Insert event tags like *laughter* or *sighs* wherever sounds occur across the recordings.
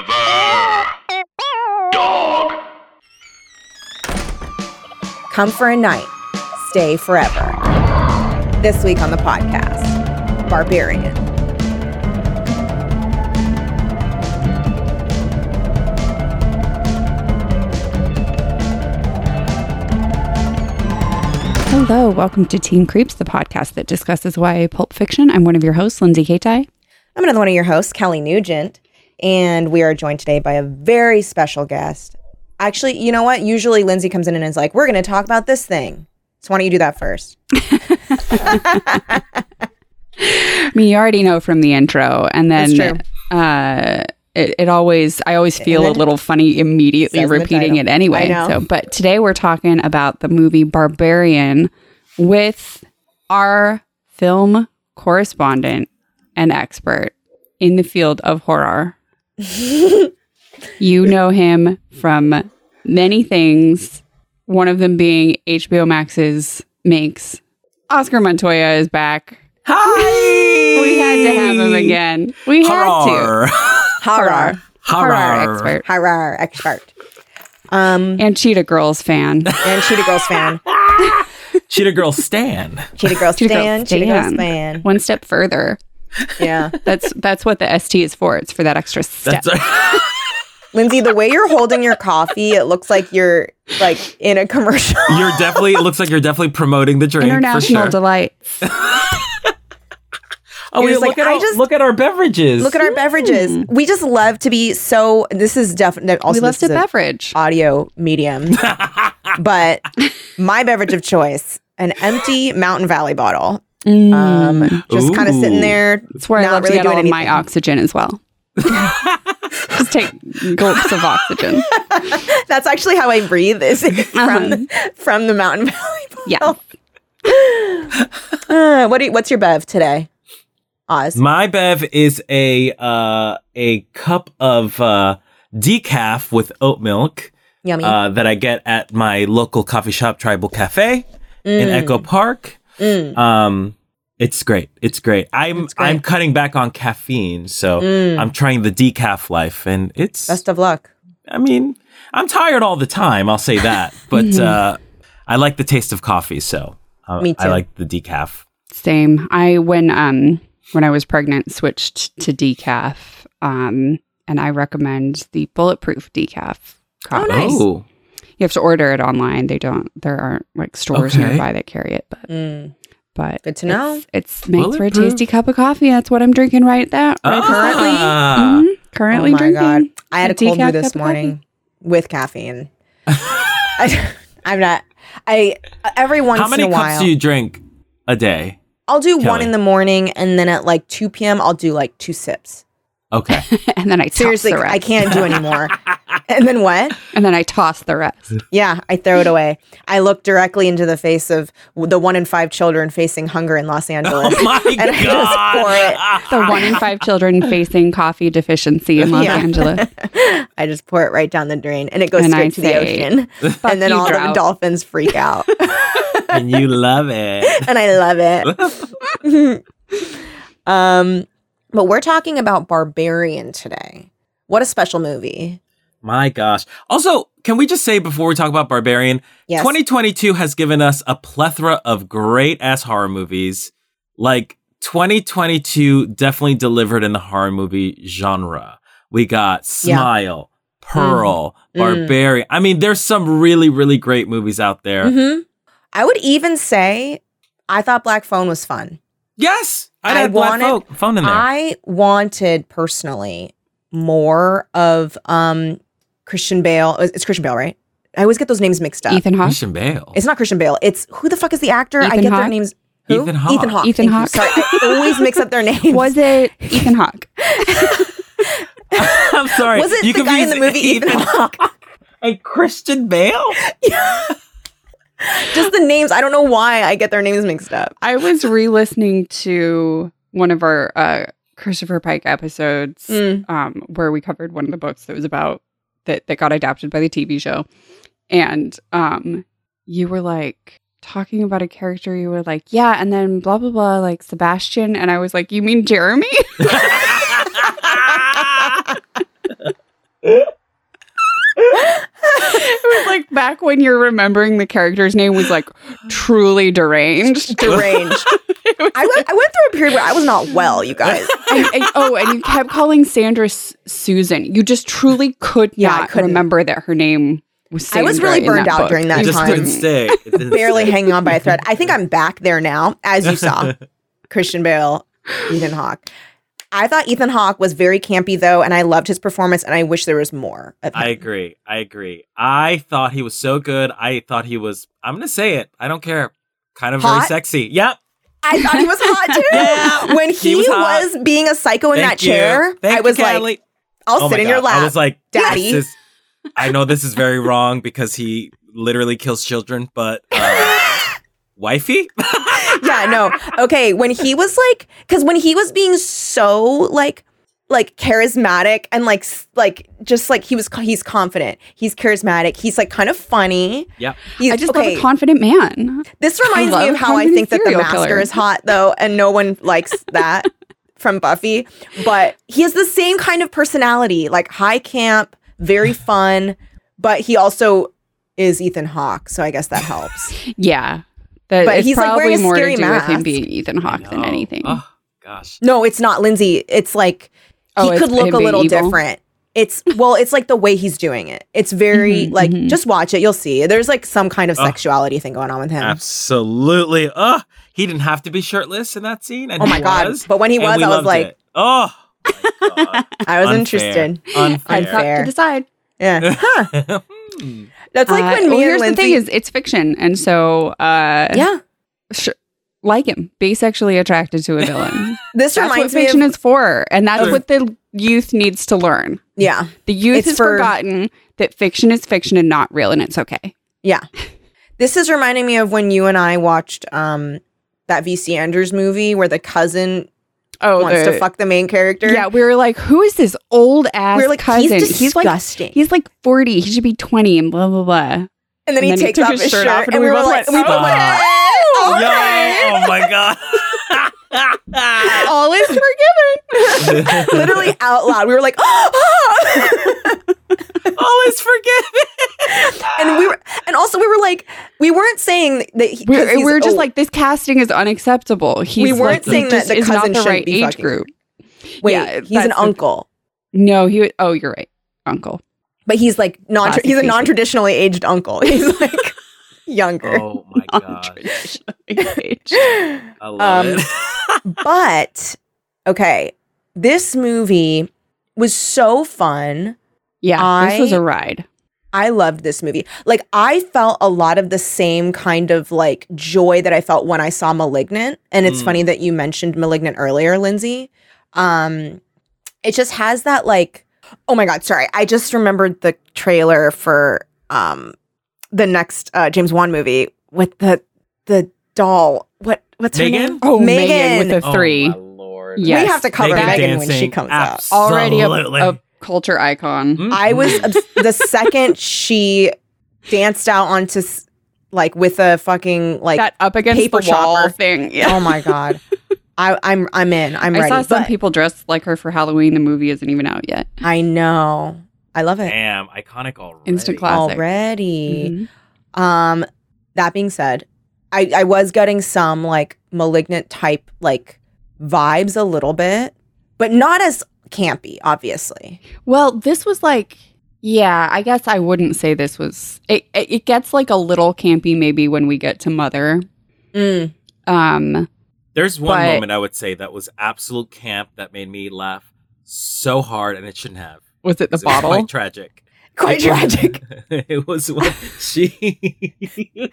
Forever. Dog. Come for a night, stay forever. This week on the podcast, Barbarian. Hello, welcome to Teen Creeps, the podcast that discusses YA pulp fiction. I'm one of your hosts, Lindsay Kaitai. I'm another one of your hosts, Kelly Nugent, and we are joined today by a very special guest. Actually, you know what? Usually Lindsay comes in and is like, we're going to talk about this thing. So why don't you do that first? I mean, you already know from the intro, and That's true. then uh, it, it always, I always feel a then- little funny immediately Says in the repeating it title. I anyway. know. So, but today we're talking about the movie Barbarian with our film correspondent and expert in the field *laughs* of horror. you know him from many things, one of them being HBO Max's Minx. Oscar Montoya is back. Hi! We had to have him again. We had to. Harar. Horror. Horror Harar. *laughs* expert. Harar expert. Um, And Cheetah Girls *laughs* fan. and Cheetah Girls fan. Cheetah Girl Stan. Cheetah Girls Cheetah Girls fan. Cheetah Girls stan. fan. One step further. Yeah. That's that's what the ST is for. It's for that extra step. That's right. Lindsay, the way you're holding your coffee, it looks like you're like in a commercial. *laughs* You're definitely, it looks like you're definitely promoting the drink. International for sure. delights. Oh, You're yeah, just look, like, at I our, just- look at our beverages. Look at our beverages. We just love to be so. This is definitely also we this left a is an beverage. audio *laughs* medium, but my beverage of choice: an empty Mountain Valley bottle. Um, just kind of sitting Ooh. there. Mm. That's where I not love really to get all doing of my anything. oxygen as well. *laughs* Just take gulps of oxygen. *laughs* That's actually how I breathe. Is Uh-huh. from the, from the Mountain Valley. Yeah. Uh, what do you, what's your bev today? Oz. My bev is a uh, a cup of uh, decaf with oat milk Yummy. uh, that I get at my local coffee shop, Tribal Cafe in Echo Park. Mm. Um, it's great. It's great. I'm It's great. Mm. I'm cutting back on caffeine, so I'm trying the decaf life, and it's Best of luck. I mean, I'm tired all the time. I'll *laughs* say that, but uh, I like the taste of coffee, so uh, Me I too. like the decaf. Same. I when um when I was pregnant switched to decaf. Um and I recommend the bulletproof decaf coffee. nice. Oh, You have to order it online. They don't there aren't like stores Okay. nearby that carry it, but Mm. but Good to know. It's, it's makes for a Bulletproof. tasty cup of coffee. That's what I'm drinking right that right currently. Ah. Mhm. Currently oh my drinking. god, I had a a cold brew decaf this cup of morning with caffeine. I, am not. I every once How many in a cups while do you drink a day? I'll do one Kelly? in the morning, and then at like two p.m. I'll do like two sips. *laughs* Okay, *laughs* and then I toss Seriously, the rest. I can't do *laughs* anymore. and then what? And then I toss the *laughs* rest. Yeah, I throw it away. I look directly into the face of the one in five children facing hunger in Los Angeles. *laughs* Oh *laughs* my and I just pour god! *laughs* it. The one in five children facing coffee deficiency in Los *laughs* Yeah. Angeles. I just pour it right down the drain, and it goes And straight to I say, the ocean. *laughs* "Fuck And then you, all the drought." dolphins freak out. and you love *laughs* it. and I love it. um, but we're talking about Barbarian today. What a special movie! My gosh. Also, can we just say before we talk about Barbarian, Yes, 2022 has given us a plethora of great ass horror movies. Like 2022 definitely delivered in the horror movie genre. We got Yeah. Smile, Pearl, Mm. Barbarian. I mean, there's some really, really great movies out there. hmm I would even say I thought Black Phone was fun. Yes, I'd I add Black wanted- Phone- Phone in there. I wanted personally more of um Christian Bale. It's Christian Bale, right? I always get those names mixed up. *laughs* Ethan Hawke. Christian Bale. It's not Christian Bale. It's who the fuck is the actor? I Ethan get their Hawke? names. Who? Ethan Hawke. Ethan Hawke. Ethan thank you. Hawke. Sorry, I always mix up their names. Was it Ethan Hawke? *laughs* I'm sorry. Was it the guy in the confused *laughs* movie Ethan Hawke? and *laughs* Christian Bale? *laughs* just the names. I don't know why I get their names mixed up. I was re-listening to one of our uh, Christopher Pike episodes Mm. um, where we covered one of the books that was about that that got adapted by the TV show, and um, you were like talking about a character. You were like, yeah, and then blah blah blah, like *laughs* Sebastian, and I was like, you mean Jeremy? back when you're remembering the character's name was like truly deranged. *laughs* deranged. I went, I went through a period where I was not well, you *laughs* guys. And, and- oh, and you kept calling Sandra S- Susan. You just truly could Yeah, I not couldn't. remember that her name was I Sandra. was really in burned that out book. during that It just time. couldn't stay. *laughs* It didn't Barely stay. hanging on by a thread. I think I'm back there now, as you *laughs* saw. Christian Bale, Ethan Hawke. I thought Ethan Hawke was very campy though, and I loved his performance, and I wish there was more. Of him. I agree. I agree. I thought he was so good. I thought he was. I'm gonna say it. I don't care. Kind of very Hot? sexy. Yep. I thought he was *laughs* hot too. Yeah, when he he was was, hot. being a psycho in Thank that chair, you. Thank I was you, like, Kelly. I'll Oh my sit in your God. lap. I was like, Daddy. This is, I know this is very wrong because he literally kills children, but uh, *laughs* wifey. *laughs* yeah, no. Okay, when he was like, because when he was being so like, like charismatic and like s- like just like he was co- he's confident he's charismatic he's like kind of funny Yep. he's, I just love okay a confident man. *laughs* this reminds me love of how I confident think that the serial master killer. is hot though and no one *laughs* likes that from Buffy but he has the same kind of personality like high camp very fun but he also is Ethan Hawke so I guess that helps Yeah. That But it's he's, like, probably wearing a more scary to do with him mask. being Ethan Hawke than No. anything. *laughs* Oh gosh. No, it's not Lindsay. It's like Oh, he it's could him look a being little evil? different. It's well, it's like the way he's doing it. It's very Mhm, like mhm. just watch it. You'll see. There's like some kind of Ugh. sexuality thing going on with him. Absolutely. Oh, he didn't have to be shirtless in that scene. And Oh he my god! was, But when he and was, we I was loved like, it. oh. my *laughs* God. I was Unfair. interested. I Unfair. thought to Fair. decide. Yeah, *laughs* Hmm. that's like Uh, when me and well, here's Lindsay. the thing: is it's fiction, and so uh, yeah, sh- like him, be sexually attracted to a villain. *laughs* this that's what reminds me fiction of is for, and that's Sure. what the youth needs to learn. yeah, The youth It's has for- forgotten that fiction is fiction and not real, and it's okay. yeah. This is reminding me of when you and I watched um that VC Andrews movie where the cousin Oh, wants to fuck the main character. Yeah, we were like, who is this old ass we are like cousin? he's like, disgusting. he's like forty. He should be twenty, and blah blah blah. And then And he then he takes took off his his, shirt shirt, off and and we we were were like, like, we both "Stop." went, Yo, "Oh, okay." oh my god. All is forgiven. *laughs* *laughs* Literally out loud, we were like, "Ah." All is forgiven. *laughs* and we were, and also we were like, we weren't saying that he, 'cause *laughs* we're, he's we're just old. like this casting is unacceptable. He's weren't like, saying he that just the is not cousin the shouldn't right be age fucking. *laughs* group. wait, yeah, he's that's an the- uncle, No, he. would- Oh, you're right, uncle. *laughs* but he's like non, Classic he's a PC. non-traditionally aged uncle. *laughs* He's *laughs* like younger, Oh *laughs* my god. Oh. I love Um, it. but okay, this movie was so fun. yeah, this was I- a ride. I loved this movie. Like I felt a lot of the same kind of like joy that I felt when I saw Malignant. And it's Mm. funny that you mentioned Malignant earlier, Lindsay. Um it just has that like oh my god, sorry. I just remembered the trailer for um the next uh James Wan movie with the the doll. What what's her Megan? name? Oh, Megan Megan. with a three. *laughs* Oh my lord. Yeah. yes. We have to cover Megan Megan, when she dancing, comes out. Already a, absolutely. a culture icon. *laughs* Mhm. I was obs- the second she danced out onto s- like with a fucking like that up against paper the wall chopper. thing. Yeah. oh my god. I, I'm I'm in. I'm I ready. saw some But people dressed like her for Halloween. The movie isn't even out yet. I know. I love it Damn, iconic already. Instant class. classic. already. Mhm. Um, that being said, I I was getting some like malignant type like vibes a little bit, but not as campy, obviously. Well, this was like, yeah, I guess I wouldn't say this was. It, it, it gets like a little campy maybe when we get to Mother. Mm. Um, There's one But- moment I would say that was absolute camp that made me laugh so hard, and it shouldn't have. was it the 'cause it was bottle? *laughs* quite tragic. Quite It was- tragic. *laughs* it was when *laughs* she, *laughs*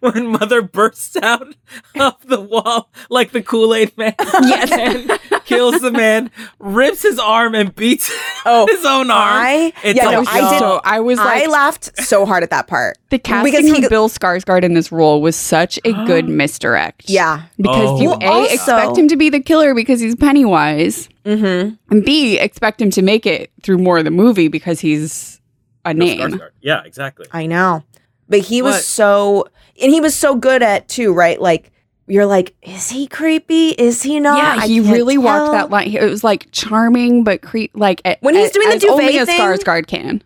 when mother bursts out of the wall like the Kool Aid *laughs* man, *laughs* Yes. and kills the man, rips his arm, and beats Oh, his own arm. I It's yeah a no, I did. So I was like, I laughed so hard at that part. the casting because he- of Bill Skarsgård in this role was such a *gasps* good misdirect. Yeah. because Oh you Well, a also- expect him to be the killer because he's Pennywise, Mm-hmm. and b expect him to make it through more of the movie because he's a Bill name. Skarsgård. Yeah, exactly. I know. But he was But- so and he was so good at too, right? Like you're like, is he creepy? Is he not? yeah, I he can't really walked tell." that line. It was like charming but creep. Like a- When he's a- doing the as only duvet a thing? Skarsgård can.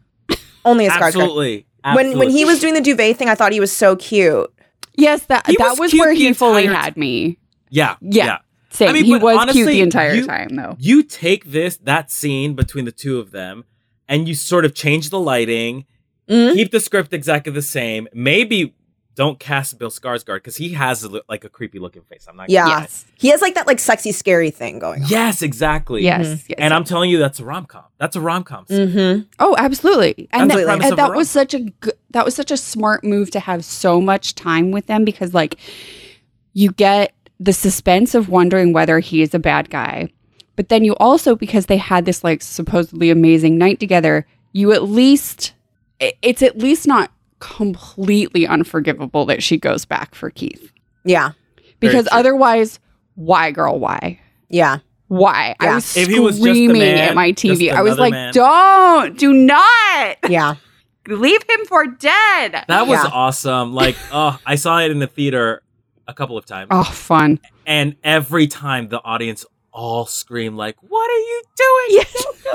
Only a Skarsgård. Absolutely. When when absolute he was doing the duvet thing, I thought he was so cute. Yes, that He that was was, cute where the he fully entire had me. Yeah. Yeah. Yeah. Same. I mean, he but was cute honestly, the entire you- time though. You take this that scene between the two of them and you sort of change the lighting, Mm-hmm. Mhm. keep the script exactly the same. Maybe don't cast Bill Skarsgård cuz he has a, li- like a creepy looking face. I'm not gonna Yeah. lie. Yes. He has like that like sexy scary thing going on. Yes, exactly. Yes. yes. And I'm telling you that's a rom-com. That's a rom-com. scene. Mm-hmm. Oh, absolutely. And that, That's the premise and of that Varroa. was such a good, that was such a smart move to have so much time with them because like you get the suspense of wondering whether he is a bad guy. But then you also because they had this like supposedly amazing night together, you at least i- it's at least not completely unforgivable that she goes back for Keith. Yeah. Very Because true. otherwise, why girl, why? Yeah. Why? Yeah. I was If screaming he was just a man, at my just TV. I was another like, man. "Don't, do not." *laughs* Yeah. leave him for dead. That was Mm. Yeah. awesome. Like, *laughs* oh, I saw it in the theater a couple of times. Oh, fun. And every time the audience all scream like, "What are you doing?"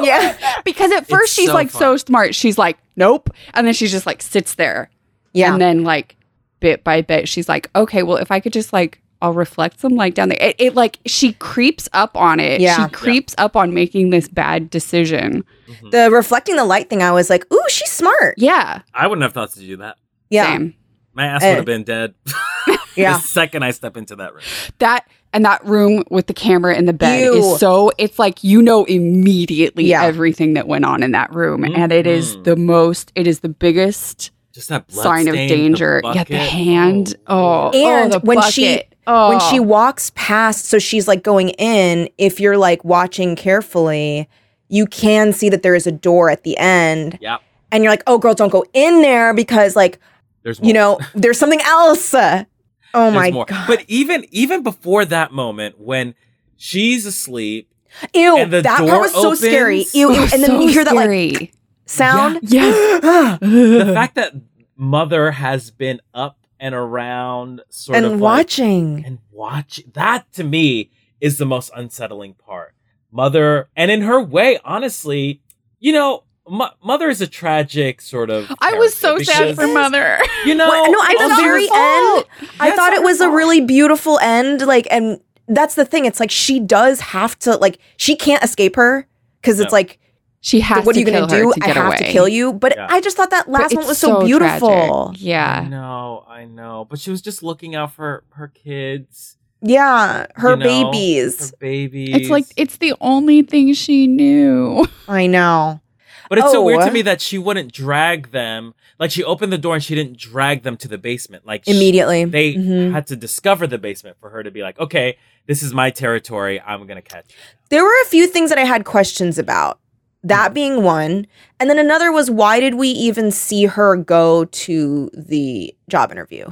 Yeah. Because at first It's she's so like fun. so smart. She's like, nope. And then she just like sits there. Yeah. And then like bit by bit, she's like, okay, well, if I could just like, I'll reflect some light down there. It, it like, she creeps up on it. Yeah. She creeps up on making this bad decision. Mhm. the reflecting the light thing, I was like, ooh, she's smart. Yeah. *laughs* I wouldn't have thought to do that. Yeah. Same. My ass Eh. would have been dead. *laughs* Yeah. the second I step into that room. That and that room with the camera in the bed Ew. is so it's like you know immediately Yeah. everything that went on in that room and it is Mhm. the most it is is the biggest Just that blood sign of stain, danger. The yeah, the bucket. hand. Oh, And oh, the when she- bucket. oh. When she walks past, so she's like going in, if you're like watching carefully, you can see that there is a door at the end. Yep. And you're like, oh, girl, don't go in there because, like, There's more. you know, there's something else. Oh There's my more. God. But even even before that moment, when she's asleep, Ew, and the that part door was so scary. opens. Ew, ew. Oh, and then *laughs* so you hear that like *gasps* scary. sound. Yes. *laughs* the *gasps* fact that mother has been up and around, sort of and like- watching. and watch that to me is the most unsettling part mother and in her way honestly you know Mo- mother is a tragic sort of I was so character sad for because, mother. *laughs* you know Well, no, I it's know, not very her fault. I Yes, thought it her was a fault. really beautiful end. Like, and that's the thing. It's like she does have to, like, she can't escape her because it's No. like, She has what are to you going kill to her do? to I get have away. to kill you. But Yeah. I just thought that But last one it's was so, tragic. beautiful. I Yeah. know, I know. But she was just looking out for her kids, Yeah, her you know, babies. her babies. It's like it's the only thing she knew. I know. but it's so weird to oh. me that she wouldn't drag them. Like she opened the door and she didn't drag them to the basement. Like she- Immediately. they Mhm. had to discover the basement for her to be like, okay, this is my territory. I'm gonna catch. you." There were a few things that I had questions about. Mm. That being one. And then another was why did we even see her go to the job interview?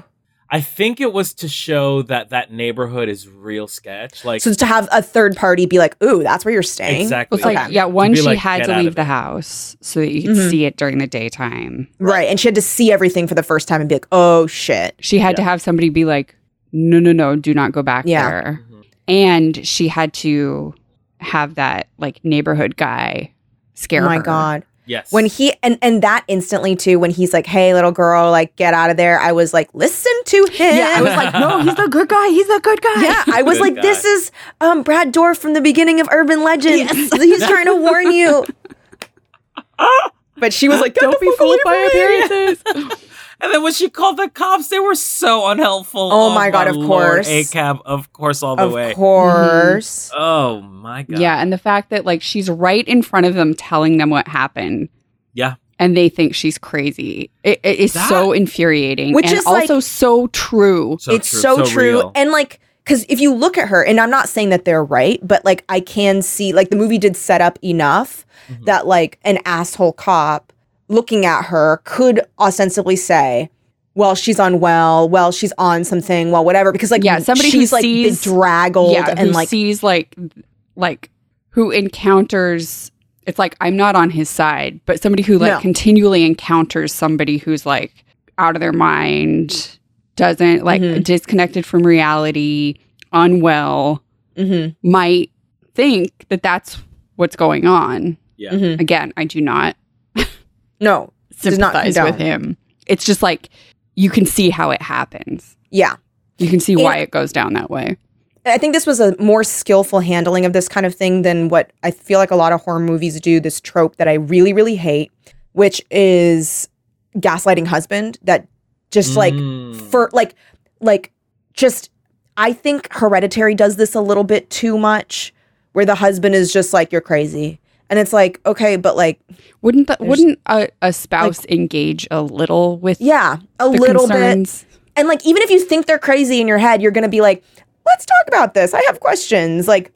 I think it was to show that that neighborhood is real sketch. Like so to have a third party be like, ooh, that's where you're staying. exactly. It's like Okay. yeah, one be she like, had get to out leave of the it. house so that you could Mhm. see it during the daytime. Right. And she had to see everything for the first time and be like, oh shit. She had to have somebody be like, "No, no, no, do not go back Yeah. Mm-hmm. there." Mhm. and she had to have that like neighborhood guy scare my her. God. Yes. When he and and that instantly too, when he's like, Hey little girl, like get out of there, I was like, listen to him. Yeah, I was like, no, he's the good guy. He's the good guy. *laughs* *laughs* Yeah, I was Good like, guy. this is um Brad Dorf from the beginning of Urban Legend. *laughs* He's trying to warn you. *laughs* But she was like, Don't be fooled by appearances. *laughs* And then when she called the cops, they were so unhelpful. Oh my God, of course. A cab, of course, all the Of way. Mm-hmm. course. Oh my god. yeah, and the fact that like she's right in front of them telling them what happened. Yeah. And they think she's crazy. It, it is That- so infuriating. Which and is, like- also so true. So it's so, true. real. And like, because if you look at her, and I'm not saying that they're right, but like, I can see, like, the movie did set up enough Mhm. that like an asshole cop looking at her could ostensibly say, well, she's unwell. Well, she's on something. Well, whatever. Because like, Yeah, somebody who she's like sees- bedraggled and who like, sees like like who encounters it's like I'm not on his side, but somebody who like No. continually encounters somebody who's like out of their mind, doesn't like Mhm. disconnected from reality, unwell, Mhm, might think that that's what's going on. Yeah. mhm. Again, I do not no, Does not sympathize with him. it's just like you can see how it happens. Yeah. You can see And- why it goes down that way. I think this was a more skillful handling of this kind of thing than what I feel like a lot of horror movies do. This trope that I really, really hate, which is gaslighting husband that just like Mm. for like like just i think hereditary does this a little bit too much where the husband is just like you're crazy and it's like okay but like Wouldn't that There's- wouldn't a, a spouse engage a little with yeah a the little bit concerns? and like even if you think they're crazy in your head you're gonna be like let's talk about this i have questions like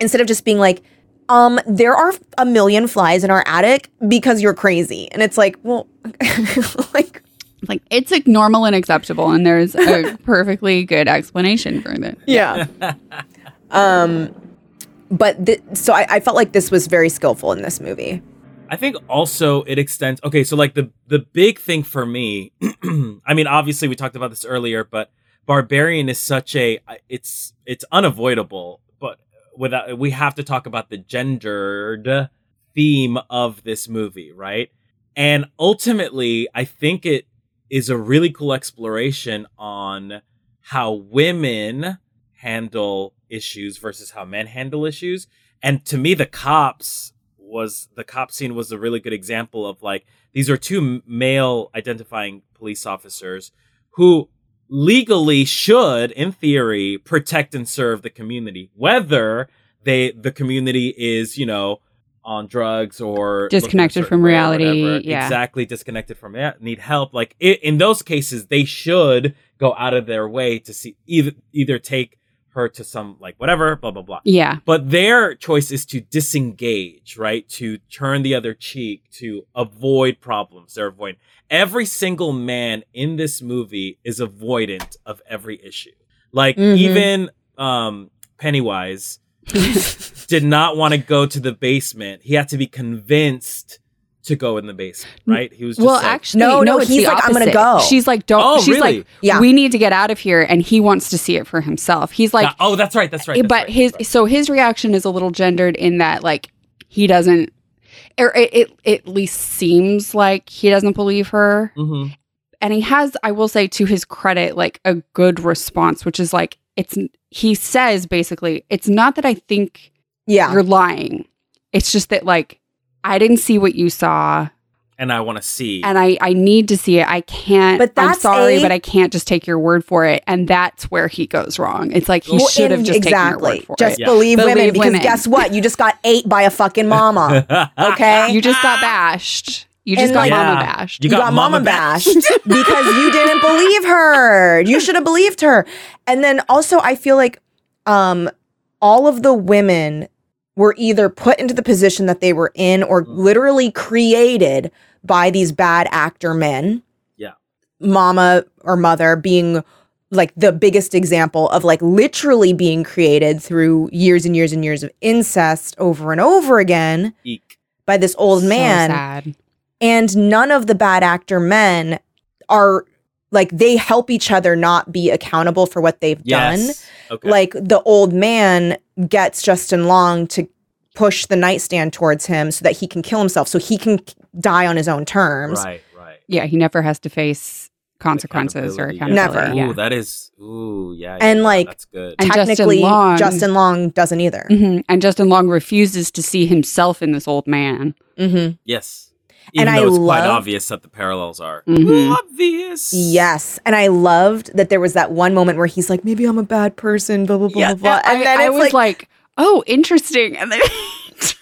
instead of just being like um there are a million flies in our attic because you're crazy and it's like well *laughs* like Like it's like normal and acceptable, and there's *laughs* a perfectly good explanation for that. *laughs* Yeah. um, but th- so I, I felt like this was very skillful in this movie. I think also it extends. Okay, so like the the big thing for me, *clears throat* I mean, obviously we talked about this earlier, but Barbarian is such a uh, it's it's unavoidable, but without we have to talk about the gendered theme of this movie, right? And ultimately, I think it is a really cool exploration on how women handle issues versus how men handle issues. And to me, the cops was the cop scene was a really good example of like these are two male identifying police officers who legally should in theory protect and serve the community whether they the community is you know on drugs or looking a Disconnected certain from way or reality, whatever. yeah. exactly disconnected from that need help like i in those cases they should go out of their way to see either either take her to some like whatever blah blah blah *laughs* Yeah, but their choice is to disengage, right? To turn the other cheek, to avoid problems. They're avoiding. Every single man in this movie is avoidant of every issue. Like Mm-hmm. Mhm. even um, Pennywise did not want to go to the basement. He had to be convinced to go in the basement, right? He was *laughs* just well, like, actually, No, no, no, it's he's the like, "I'm gonna opposite." go. She's like, don't. Oh, she's really? like, Yeah. we need to get out of here, and he wants to see it for himself. He's like, eh, oh, that's right, that's right. that's but right, his that's right. so his reaction is a little gendered in that like he doesn't, or it, it, it at least seems like he doesn't believe her, Mhm. and he has, I will say, to his credit, like a good response, which is like it's he says basically, it's not that I think Yeah. you're lying, it's just that like I didn't see what you saw and I want to see. and I I need to see it. I can't. But I'm that's sorry, a- but I can't just take your word for it. And that's where he goes wrong. It's like he Well, should have in- just taken your exactly. word for just it. Yeah. believe, women Believe because women. guess what? You just got ate by a fucking *laughs* *laughs* mama. Okay. You just got bashed. You just And got like- mama Yeah. bashed. You got mama *laughs* because you didn't believe her. You should have believed her. And then also, I feel like um, all of the women were either put into the position that they were in or Mm. literally created by these bad actor men. Yeah. Mama or mother being like the biggest example of like literally being created through years and years and years of incest over and over again Eek. by this old So man sad. and none of the bad actor men are like they help each other not be accountable for what they've done. Yes. Okay. Like the old man gets Justin Long to push the nightstand towards him so that he can kill himself, so he can k- die on his own terms. right, right. *laughs* Yeah, he never has to face consequences or Accountability, yeah. accountability. Ooh, Yeah. that is. Ooh, yeah. And, yeah, like- that's good. And Justin Technically, Long- Justin Long doesn't either. Mhm. And Justin Long refuses to see himself in this old man. Mm-hmm. hmm Yes. And Even I Mm-hmm. though it's quite loved- obvious that the parallels are Mhm. obvious. Yes, and I loved that there was that one moment where he's like, "Maybe I'm a bad person," blah blah blah Yeah, blah blah, I, and then I it's was like, like, oh, interesting. And then *laughs* it turns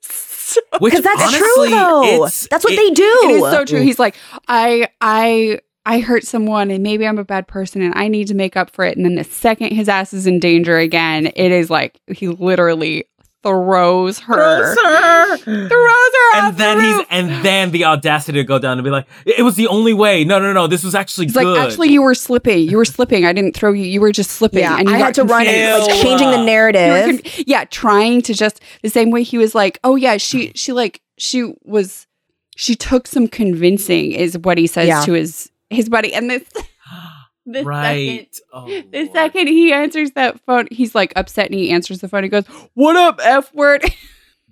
so Which "Because that's true honestly, though. it's- That's what it- they do." It is so true. Oh. Mm. He's like, I, I, I hurt someone, and maybe I'm a bad person, and I need to make up for it. And then the second his ass is in danger again, it is like he literally throws her, throws her, off And then the he's roof. and then the audacity to go down and be like, it was the only way. No, no, no. This was actually He's good. like, actually, you were slipping. You were slipping. I didn't throw you. You were just slipping. yeah, and you I got had to run. confused." and, Like Ew. changing the You were narrative. conf- yeah, trying to just the same way he was like, oh yeah, Mm. she she like she was she took some convincing is what he says Yeah. to his his buddy, and *gasps* this the right. second oh, the Lord. second he answers that phone, he's like upset and he answers the phone. He goes, "What up, f word?"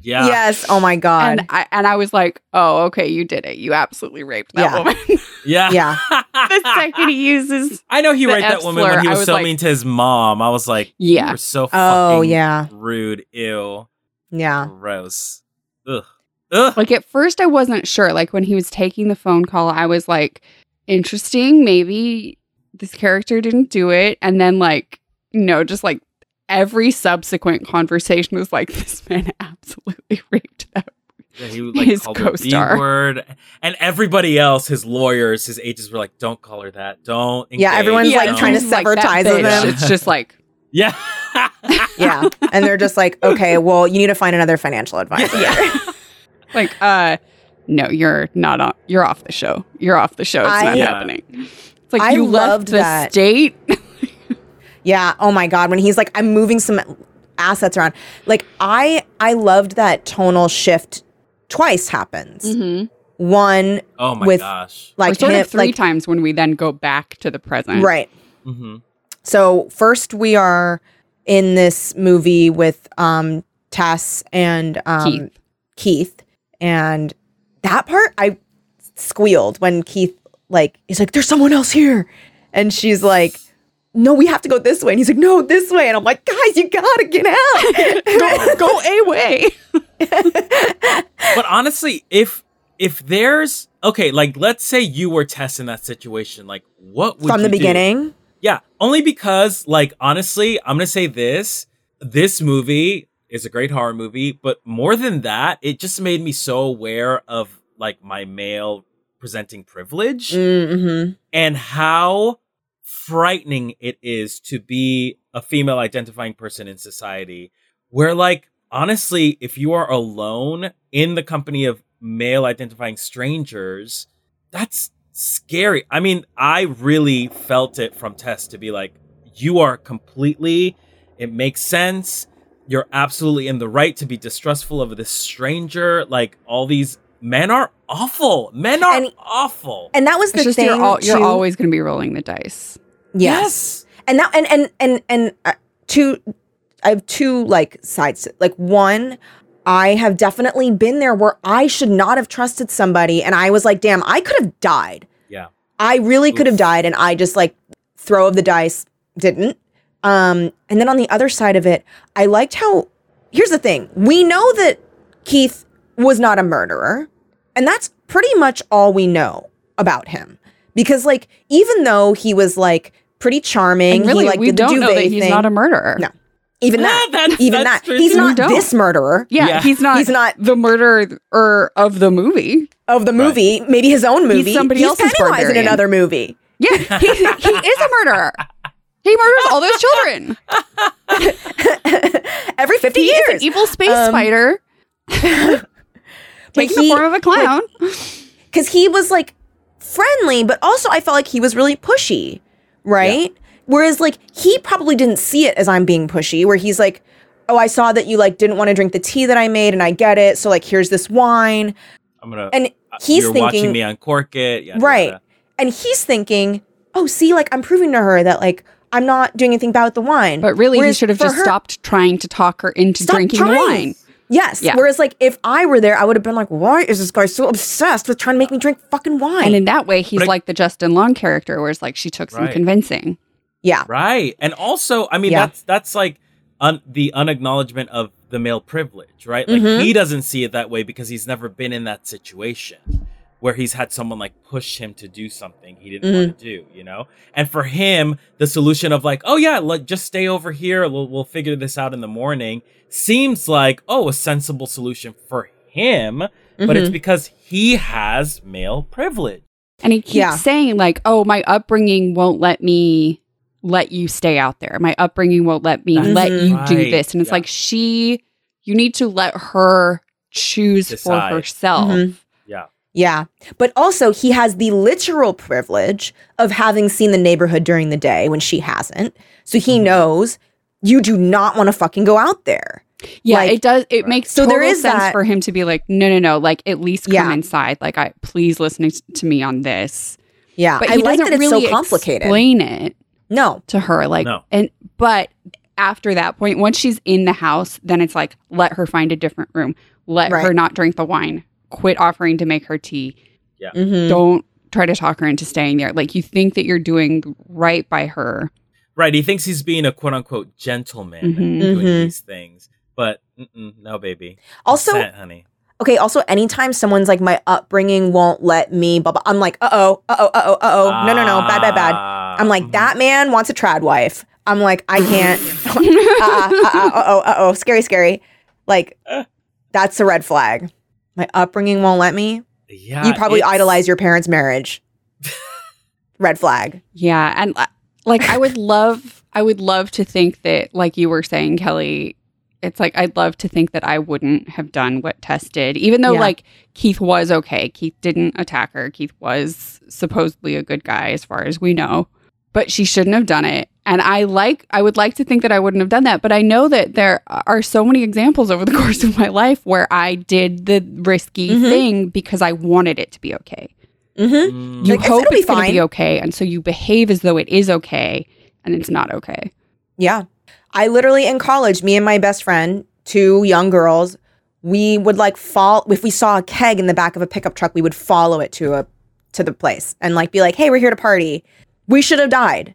Yeah. Yes. Oh my god. And I and I was like, oh, okay, you did it. You absolutely raped that Yeah. woman. *laughs* Yeah. Yeah. *laughs* the second he uses, I know he the raped that F woman when slur, he I was, was so like- mean to his mom. I was like, you yeah, were so oh fucking yeah. rude. Ew. *laughs* Yeah. Gross. Ugh. Ugh. like at first I wasn't sure. Like when he was taking the phone call, I was like, interesting. Maybe this character didn't do it. And then like, no, just like every subsequent conversation was like, *laughs* this man absolutely *laughs* raped that. Yeah, he like His called her the co-star. word, and everybody else, his lawyers, his agents were like, "Don't call her that. Don't." Yeah, engage, everyone's, like, don't." trying to just like sever that ties with bitch. him. It's just like, *laughs* *laughs* Yeah. Yeah. and they're just like, okay, well, you need to find another financial advisor. like, uh, no, you're not on. You're off the show. You're off the show. It's I- not Yeah. happening. It's like I you loved left the that. state. *laughs* Yeah. Oh my God. When he's like, I'm moving some assets around. Like I I loved that tonal shift twice happens. One Oh my With- gosh. Like Mm-hmm. like sort him, of three like, times when we then go back to the present. Right. hmm So first we are in this movie with um Tess and um Keith. Keith. And that part I squealed when Keith like he's like, There's someone else here. And she's like, No, we have to go this way. And he's like, No, this way. And I'm like, guys, you gotta get *laughs* out. go, go away. But honestly, if if there's okay, like let's say you were Tess in that situation, like what would From the you do? beginning. Yeah, only because, like, honestly, I'm gonna say this: this movie is a great horror movie, but more than that, it just made me so aware of like my male presenting privilege Mm-hmm. and how frightening it is to be a female identifying person in society where like honestly if you are alone in the company of male identifying strangers that's scary i mean i really felt it from tess to be like you are completely it makes sense you're absolutely in the right to be distrustful of this stranger like all these men are awful men are And- awful And that was the It's just thing. you're, al- you're too- always going to be rolling the dice. yes. And that and and and and uh, two. I have two like sides. Like one, I have definitely been there where I should not have trusted somebody, and I was like, "Damn, I could have died." Yeah. I really could have Oof. died, and I just like throw of the dice didn't. Um, and then on the other side of it, I liked how. Here's the thing: we know that Keith was not a murderer. And that's pretty much all we know about him. Because like even though he was like pretty charming, And really, he like we did the don't know duvet that thing. he's not a murderer. No. *laughs* even that, that's, even that's that, true, he's too. not don't. this murderer Yeah, Yeah. he's not. He's not- the murderer of the movie. of the movie. Maybe his own movie. somebody he's else's Pennywise in barbarian. another movie. *laughs* Yeah, he, he is a murderer. He murders all those *laughs* children. Every fifty He is years, an evil space Um, spider. Takes the he- form of a clown. because he was like friendly, but also I felt like he was really pushy, right? Whereas like he probably didn't see it as I'm being pushy, where he's like, "Oh, I saw that you like didn't want to drink the tea that I made, and I get it. So like, here's this wine." I'm gonna. And uh, he's you're thinking, watching me uncork it, yada, right? yada. And he's thinking, "Oh, see, like I'm proving to her that like I'm not doing anything bad with the wine." But really, he Whereas should have for just her- stopped trying to talk her into Stop drinking the trying. wine. Yes. Yeah. Whereas like if I were there, I would have been like, "Why is this guy so obsessed with trying to make me drink fucking wine?" And in that way, he's But I- like the Justin Long character, where it's like she took some Right. convincing. yeah. Right. And also, I mean, Yeah. that's that's like un- the unacknowledgement of the male privilege, right? Like Mhm. he doesn't see it that way because he's never been in that situation where he's had someone like push him to do something he didn't Mm-hmm. want to do, you know? And for him, the solution of like, oh yeah, like just stay over here, we'll, we'll figure this out in the morning, seems like oh, a sensible solution for him, but Mm-hmm. it's because he has male privilege. And he keeps Yeah. saying, like, oh, my upbringing won't let me let you stay out there. My upbringing won't let me That's let you do right. this. And it's Yeah. like, she, you need to let her choose Decide. for herself. Mhm. Yeah. Yeah. But also, he has the literal privilege of having seen the neighborhood during the day when she hasn't. So he Mm-hmm. knows you do not want to fucking go out there. Yeah, Like- it does. It Right. makes So there total is sense that- for him to be like, no, no, no, like at least come Yeah. inside. Like, I please listen to me on this. Yeah. But I he like doesn't that it's really so complicated. explain it. no. to her like No. and but after that point, once she's in the house, then it's like, let her find a different room. Let Right. her not drink the wine. Quit offering to make her tea. Mhm. Don't try to talk her into staying there. Like you think that you're doing right by her. Right. He thinks he's being a quote unquote gentleman and Mhm. doing Mhm. these things. But mm-mm, no, baby. Also, Consent, honey. okay. Also, anytime someone's like, my upbringing won't let me, blah, blah, I'm like, uh oh, uh oh, uh oh, uh oh, no, no, no, bad, bad, bad. I'm Ah, Ah. like, that man wants a trad wife. I'm like, I *laughs* can't. *laughs* uh oh, uh oh, scary, scary. Like, that's a red flag. My upbringing won't let me. Yeah. You probably it's- *laughs* idolize your parents' *laughs* marriage. red flag. Yeah, and uh, like I would love, I would love to think that, like you were saying, Kelly, it's like I'd love to think that I wouldn't have done what Tess did, even though Yeah. like Keith was okay. Keith didn't attack her. Keith was supposedly a good guy, as far as we know, but she shouldn't have done it. And I like, I would like to think that I wouldn't have done that, but I know that there are so many examples over the *laughs* course of my life where I did the risky Mhm. thing because I wanted it to be okay. Mm-hmm. Mm, You Like, it's hope gonna be it's going to fine. be okay, and so you behave as though it is okay, and it's not okay. Yeah. I literally in college, me and my best friend, two young girls, we would like fall if we saw a keg in the back of a pickup truck, we would follow it to a to the place and like be like, "Hey, we're here to party." We should have died.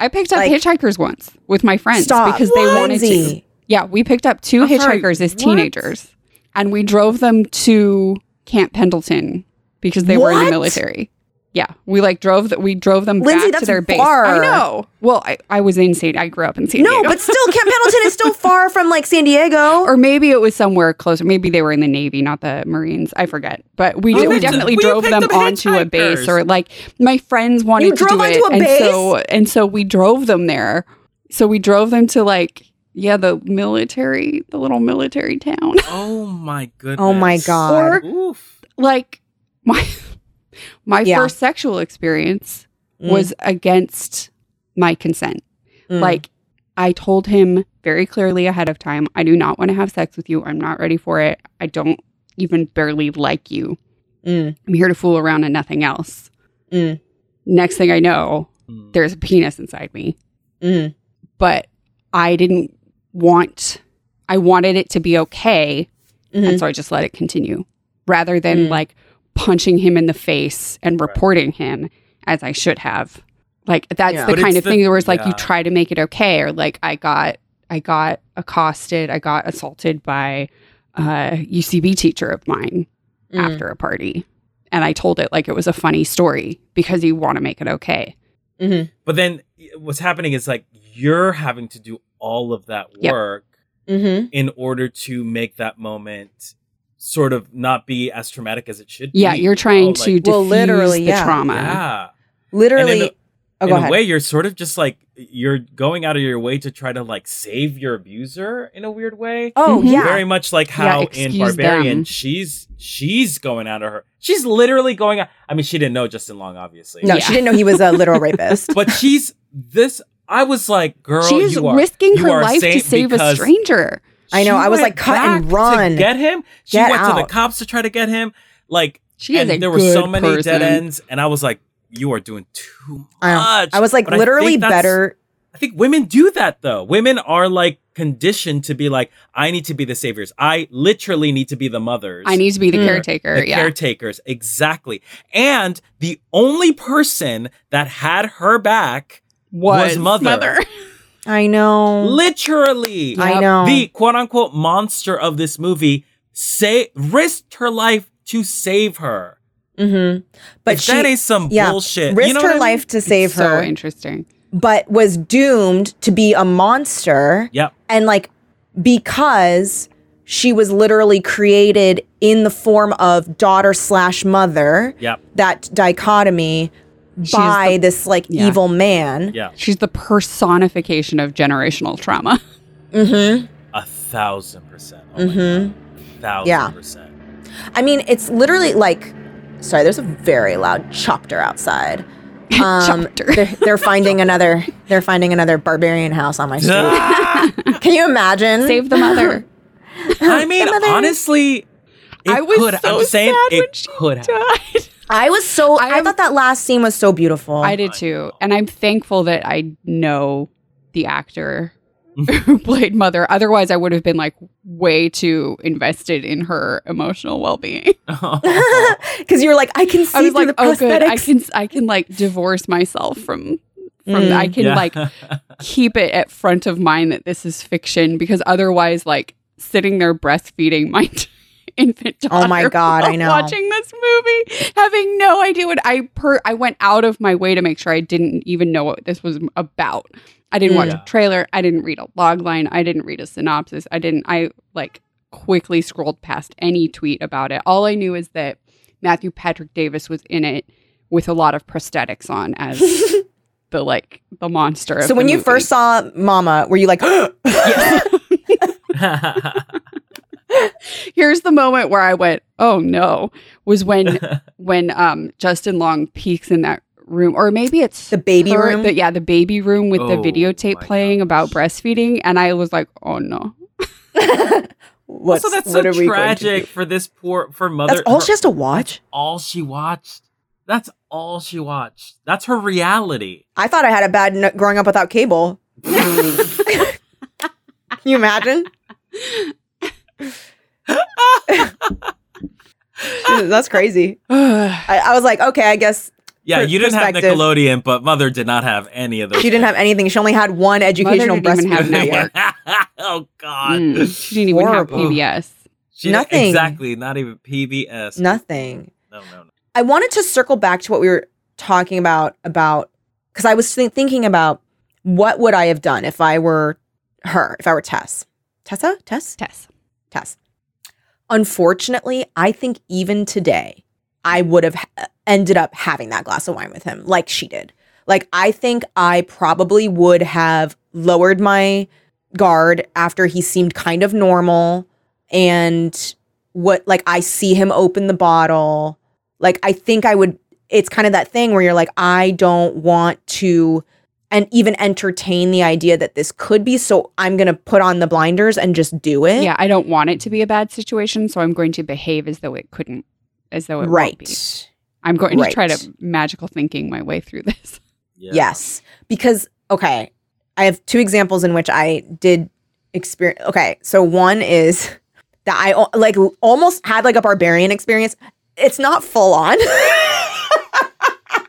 I picked up Like- hitchhikers once with my friends Stop. because they wanted to. Lindsay. Yeah, we picked up 2 I'm sorry, hitchhikers as what? teenagers, and we drove them to Camp Pendleton because they were in What? the military. Yeah, we like drove that we drove them Lindsay, back that's to their base. far. I know. Well, I, I was in San. I grew up in San No, Diego. but still Camp Pendleton is *laughs* still far from like San Diego. or maybe it was somewhere closer. Maybe they were in the Navy, not the Marines. I forget. But we, You Oh, did- we picked up- definitely well, you drove picked them up onto a base, hitchhikers. or like my friends wanted You to drove do onto it, a and so and so we drove them there. So we drove them to like yeah, the military, the little military town. *laughs* oh my goodness. Oh my god. Or- Oof. like my my Yeah. first sexual experience Mm. was against my consent. Mm. Like, I told him very clearly ahead of time, I do not want to have sex with you. I'm not ready for it. I don't even barely like you. Mm. I'm here to fool around and nothing else. Mm. Next thing I know, Mm. there's a penis inside me, Mm. but I didn't want, I wanted it to be okay. Mhm. And so I just let it continue rather than Mm. like punching him in the face and Right. reporting him as I should have. Like that's Yeah. the But kind it's of the- thing where it's like yeah. you try to make it okay or like I got I got accosted, I got assaulted by a UCB teacher of mine Mm. after a party. And I told it like it was a funny story because you want to make it okay. Mhm. But then y- what's happening is like you're having to do all of that Yep. work Mm-hmm. Mhm. in order to make that moment sort of not be as traumatic as it should Yeah, be. you're trying Oh, to diffuse like, Well, literally, the yeah. trauma. Yeah. Literally. And in oh, in go a ahead. way, you're sort of just like you're going out of your way to try to like save your abuser in a weird way. oh Mhm. yeah. Very much like how in excuse Barbarian, them. she's she's going out of her. She's literally going out. I mean, she didn't know Justin Long, obviously. no, Yeah. she didn't know he was a literal rapist. *laughs* but she's this. I was like, girl, she is you are, risking you her are life to safe save a because stranger. I know, she I was went like, cut and back run. to get him. She Get went to the out. cops to try to get him. Like, She and is a there were good so many person. dead ends, and I was like, you are doing too much. I know. I was like, But I literally think that's- better. I think women do that though. Women are like conditioned to be like, I need to be the saviors. I literally need to be the mothers. I need to be the Mm. caretaker. the yeah. caretakers. Exactly. And the only person that had her back, was mother. *laughs* I know. literally, I Yep. know. the quote unquote monster of this movie, say risked her life to save her. hmm But If she that is some yeah, bullshit. risked you know her what I mean? life to save so her, interesting. but was doomed to be a monster. Yep. And like because she was literally created in the form of daughter slash mother. Yep. That dichotomy She's by the- this like yeah. evil man. Yeah. She's the personification of generational trauma. *laughs* Mm-hmm. A thousand percent. Oh my Mm-hmm. God, thousand Yeah. percent. I mean, it's literally like. Sorry, there's a very loud chopper outside. *laughs* Chopper. They're, they're finding another. They're finding another barbarian house on my street. Ah! Can you imagine? *laughs* Save *laughs* the *laughs* mother. I mean, Some of them- honestly, it I was could. so I'm saying sad it when she could. have. *laughs* died. I was so. I, I *laughs* am- thought that last scene was so beautiful. I did too, and I'm thankful that I know the *laughs* actor who played Mother. Otherwise, I would have been like way too invested in her emotional well being. *laughs* Oh, *laughs* Because you were like, I can see I was through like, the oh, good. I prosthetics. can I can like divorce myself from from Mm. I can Yeah. *laughs* like *laughs* keep it at front of mind that this is fiction because otherwise, like sitting there breastfeeding my *laughs* infant daughter. Oh my God, I while know. Watching this movie, having no idea what I per I went out of my way to make sure I didn't even know what this was about. I didn't watch Yeah. a trailer. I didn't read a log line. I didn't read a synopsis. I didn't. I like quickly scrolled past any tweet about it. All I knew is that Matthew Patrick Davis was in it with a lot of prosthetics on as *laughs* the like the monster. Of so when the you movie. first saw Mama, were you like, *gasps* here's the moment where I went, oh no, *laughs* was when when um Justin Long peeks in that room, or maybe it's the baby her- room? the- yeah, the baby room with the Oh, videotape my playing about gosh. breastfeeding, and I was like, oh no, *laughs* What's, so that's what so are we going to tragic do? for this poor for mother. That's all her- she has to watch. all she watched. That's all she watched. That's *sighs* her reality. I thought I had a bad n- growing up without *laughs* cable. Can you *laughs* imagine? That's crazy. I, I was like, okay, I guess Yeah, Per- you didn't have perspective. Nickelodeon, but mother did not have any of those. she didn't have anything. She only had one educational didn't even have breastfeeding video. network. *laughs* oh God, Mm, she didn't even Horrible. have PBS. *laughs* She- Nothing. Exactly. Not even PBS. Nothing. No, no, no. I wanted to circle back to what we were talking about about because I was think thinking about what would I have done if I were her, if I were Tess, Tessa, Tess, Tess, Tess. Unfortunately, I think even today, I would have h- ended up having that glass of wine with him like she did. Like, I think I probably would have lowered my guard after he seemed kind of normal and what, like, I see him open the bottle. Like, I think I would, it's kind of that thing where you're like, I don't want to and even entertain the idea that this could be. So I'm going to put on the blinders and just do it. yeah, I don't want it to be a bad situation, so I'm going to behave as though it couldn't, as though it won't right. be. I'm going to try Right. to magical thinking my way through this. *laughs* Yeah. Yes. Because, okay, I have two examples in which I did experience. Okay. So one is *laughs* that I al- like almost had like a barbarian experience. It's not full on. *laughs*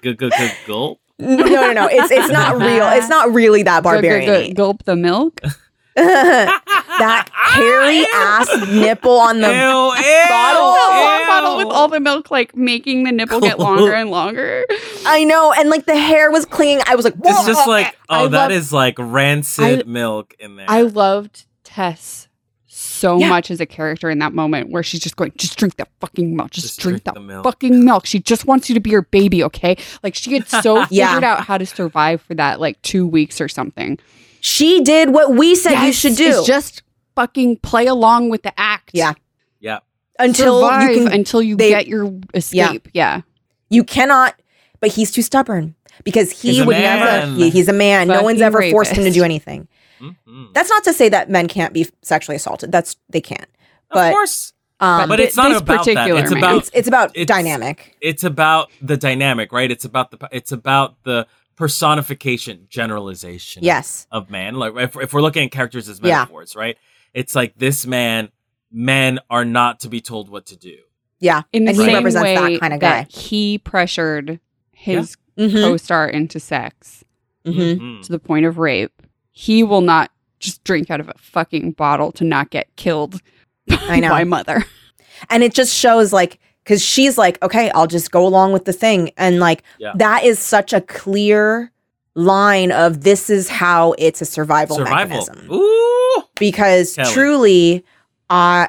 Good, good, good. Gulp. no, no, no. It's it's *laughs* not real. It's not really that Gulp- gulp- barbarian. Gulp the milk. *laughs* that *laughs* hairy ass nipple on Ew, ew, the bottle, ew. bottle with all the milk, like making the nipple get longer and longer. I know, and like the hair was clinging. I was like, It's *laughs* just like, I oh, that love- is like rancid milk in there. *laughs* I loved Tess so Yeah. much as a character in that moment where she's just going, just drink that fucking milk, just, Just drink, drink that the milk." fucking milk. She just wants you to be her baby, okay? Like she had so Yeah. figured out how to survive for that like two weeks or something. she did what we said you Yes, should do is just fucking play along with the act. Yeah. yeah. until Survive you can until you they- get your escape. Yeah. You cannot, but he's too stubborn because he He's a would man. never. He, he's a man. no one's Fucking ever forced him to rapist. do anything. Mhm. That's not to say that men can't be sexually assaulted. That's they can. of But course, um, but thi- it's not this about that. particular It's man. about it's it's about it's- dynamic. it's about the dynamic, right? It's about the it's about the personification, generalization. Yes, of man. Like if, if we're looking at characters as Yeah. metaphors, right? It's like this man, men are not to be told what to do. yeah. In the and he same represents way that kind of guy. that he pressured his Mm-hmm. co-star into sex hmm Mhm. to the point of rape, he will not just drink out of a fucking bottle to not get killed I know. *laughs* by mother. And it just shows like because she's like, okay, I'll just go along with the thing, and like Yeah. that is such a clear line of this is how it's a survival, Survival. mechanism. Ooh. because Kelly. truly, I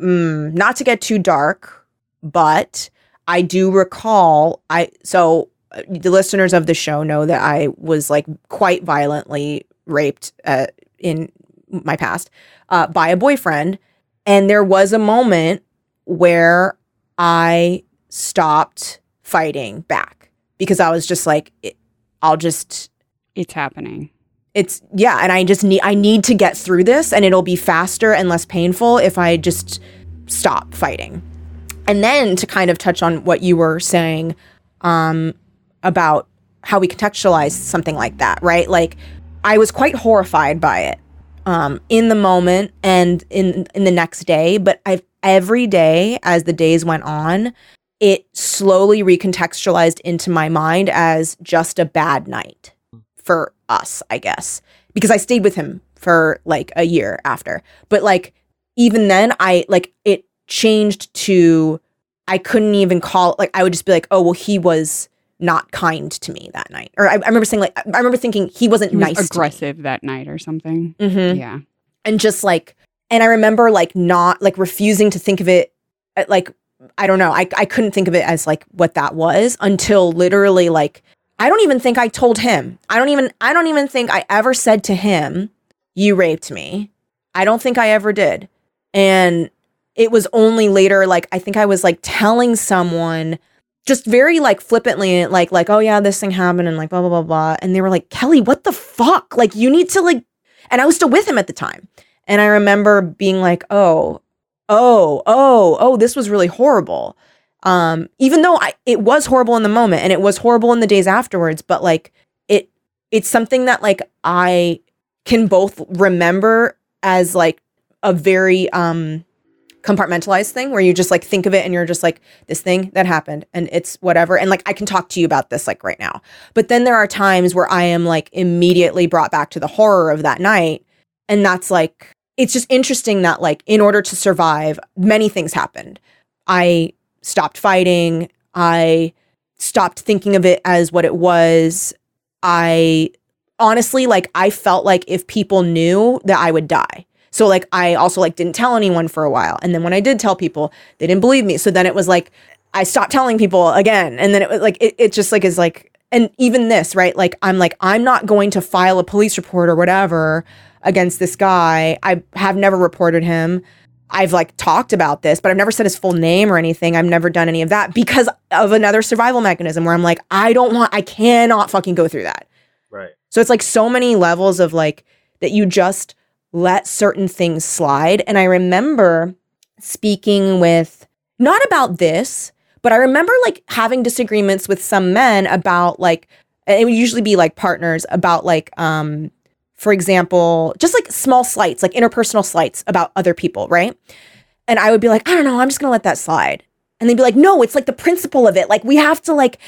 mm, not to get too dark, but I do recall I so uh, the listeners of the show know that I was like quite violently raped uh, in my past uh, by a boyfriend, and there was a moment where I stopped fighting back because I was just like, it, I'll just It's happening. it's yeah and i just need i need to get through this and it'll be faster and less painful if i just stop fighting and then to kind of touch on what you were saying um about how we contextualize something like that right like I was quite horrified by it um, in the moment and in in the next day. But I've every day as the days went on, it slowly recontextualized into my mind as just a bad night for us, I guess, because I stayed with him for like a year after. But like even then, I like it changed to I couldn't even call like I would just be like, oh well, he was not kind to me that night, or I, I remember saying like I remember thinking he wasn't He was nice, to me. aggressive that night or something. Mhm Yeah. and just like and i remember like not like refusing to think of it uh, like i don't know I, I couldn't think of it as like what that was until literally like i don't even think i told him i don't even i don't even think i ever said to him you raped me i don't think i ever did and it was only later like i think i was like telling someone just very like flippantly like like oh yeah this thing happened and like blah blah blah blah and they were like kelly what the fuck like you need to like and i was still with him at the time and i remember being like oh oh oh oh this was really horrible um even though i it was horrible in the moment and it was horrible in the days afterwards but like it it's something that like i can both remember as like a very um compartmentalized thing where you just like think of it and you're just like this thing that happened and it's whatever and like I can talk to you about this like right now. But then there are times where I am like immediately brought back to the horror of that night and that's like it's just interesting that like in order to survive many things happened. I stopped fighting, I stopped thinking of it as what it was. I honestly like I felt like if people knew that I would die. So like I also like didn't tell anyone for a while. And then when I did tell people, they didn't believe me. So then it was like I stopped telling people again. And then it was like it, it just like is like and even this, right? Like I'm like, I'm not going to file a police report or whatever against this guy. I have never reported him. I've like talked about this, but I've never said his full name or anything. I've never done any of that because of another survival mechanism where I'm like, I don't want, I cannot fucking go through that. Right. So it's like so many levels of like that you just let certain things slide. And I remember speaking with not about this, but I remember like having disagreements with some men about like and it would usually be like partners about like um for example, just like small slights, like interpersonal slights about other people, right? And I would be like, I don't know, I'm just going to let that slide. And they'd be like, no, it's like the principle of it. Like we have to like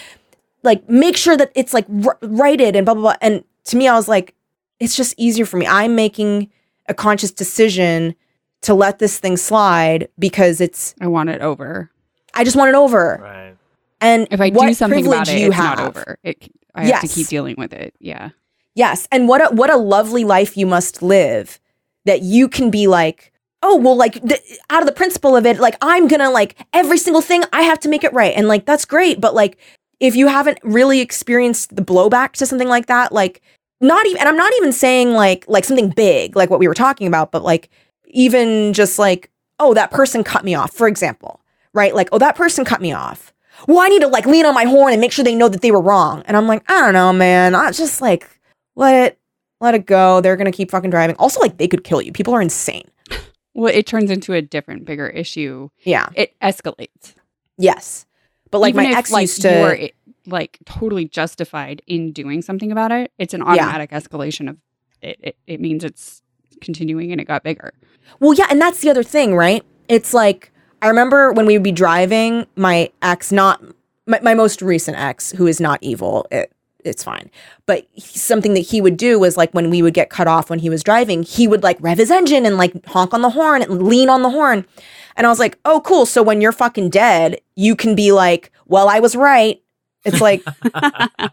like make sure that it's like r- righted and blah blah blah. And to me, I was like, it's just easier for me. I'm making a conscious decision to let this thing slide because it's I want it over. I just want it over. Right. And If I what do something about privilege it, you it's have. not over. It, I have Yes. to keep dealing with it. Yeah. Yes, and what a, what a lovely life you must live that you can be like, oh well, like th- out of the principle of it, like I'm gonna like every single thing I have to make it right, and like that's great, but like if you haven't really experienced the blowback to something like that, like not even, and I'm not even saying like like something big like what we were talking about, but like even just like oh that person cut me off, for example, right? Like oh that person cut me off. Well, I need to like lean on my horn and make sure they know that they were wrong. And I'm like, I don't know, man. I just like let it let it go. They're gonna keep fucking driving. Also, like they could kill you. People are insane. Well, it turns into a different, bigger issue. Yeah. It escalates. Yes. But like Even my if, ex like, used you are, to. i- like totally justified in doing something about it. It's an automatic escalation of it, it. It means it's continuing and it got bigger. Well, yeah, and that's the other thing, right? It's like I remember when we would be driving. My ex, not my, my most recent ex, who is not evil. It, it's fine. But he- something that he would do was like when we would get cut off when he was driving, he would like rev his engine and like honk on the horn and lean on the horn. And I was like, oh, cool. So when you're fucking dead, you can be like, well, I was right. It's like,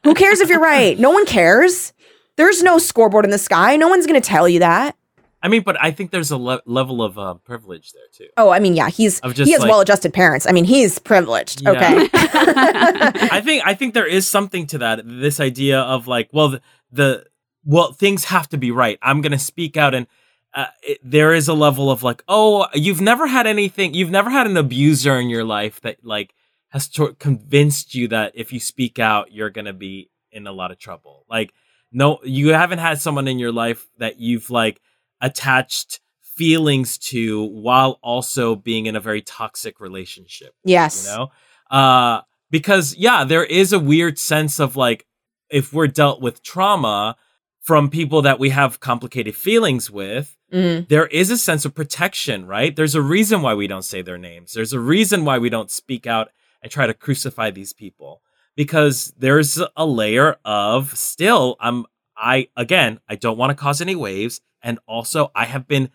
who cares if you're right? No one cares. There's no scoreboard in the sky. No one's going to tell you that. I mean, but I think there's a le- level of um, privilege there too. Oh, I mean, yeah, he's Of just, he has like- well-adjusted parents. I mean, he's privileged. *laughs* Yeah. Okay. *laughs* I think I think there is something to that. This idea of like, well, the, the well things have to be right. I'm gonna speak out, and uh, it, there is a level of like, oh, you've never had anything, you've never had an abuser in your life that like has to- convinced you that if you speak out, you're gonna be in a lot of trouble. Like, no, you haven't had someone in your life that you've like attached feelings to while also being in a very toxic relationship yes. you know uh because yeah there is a weird sense of like if we're dealt with trauma from people that we have complicated feelings with, Mm. there is a sense of protection, right? There's a reason why we don't say their names. There's a reason why we don't speak out and try to crucify these people because there's a layer of still I'm I again, I don't want to cause any waves and also I have been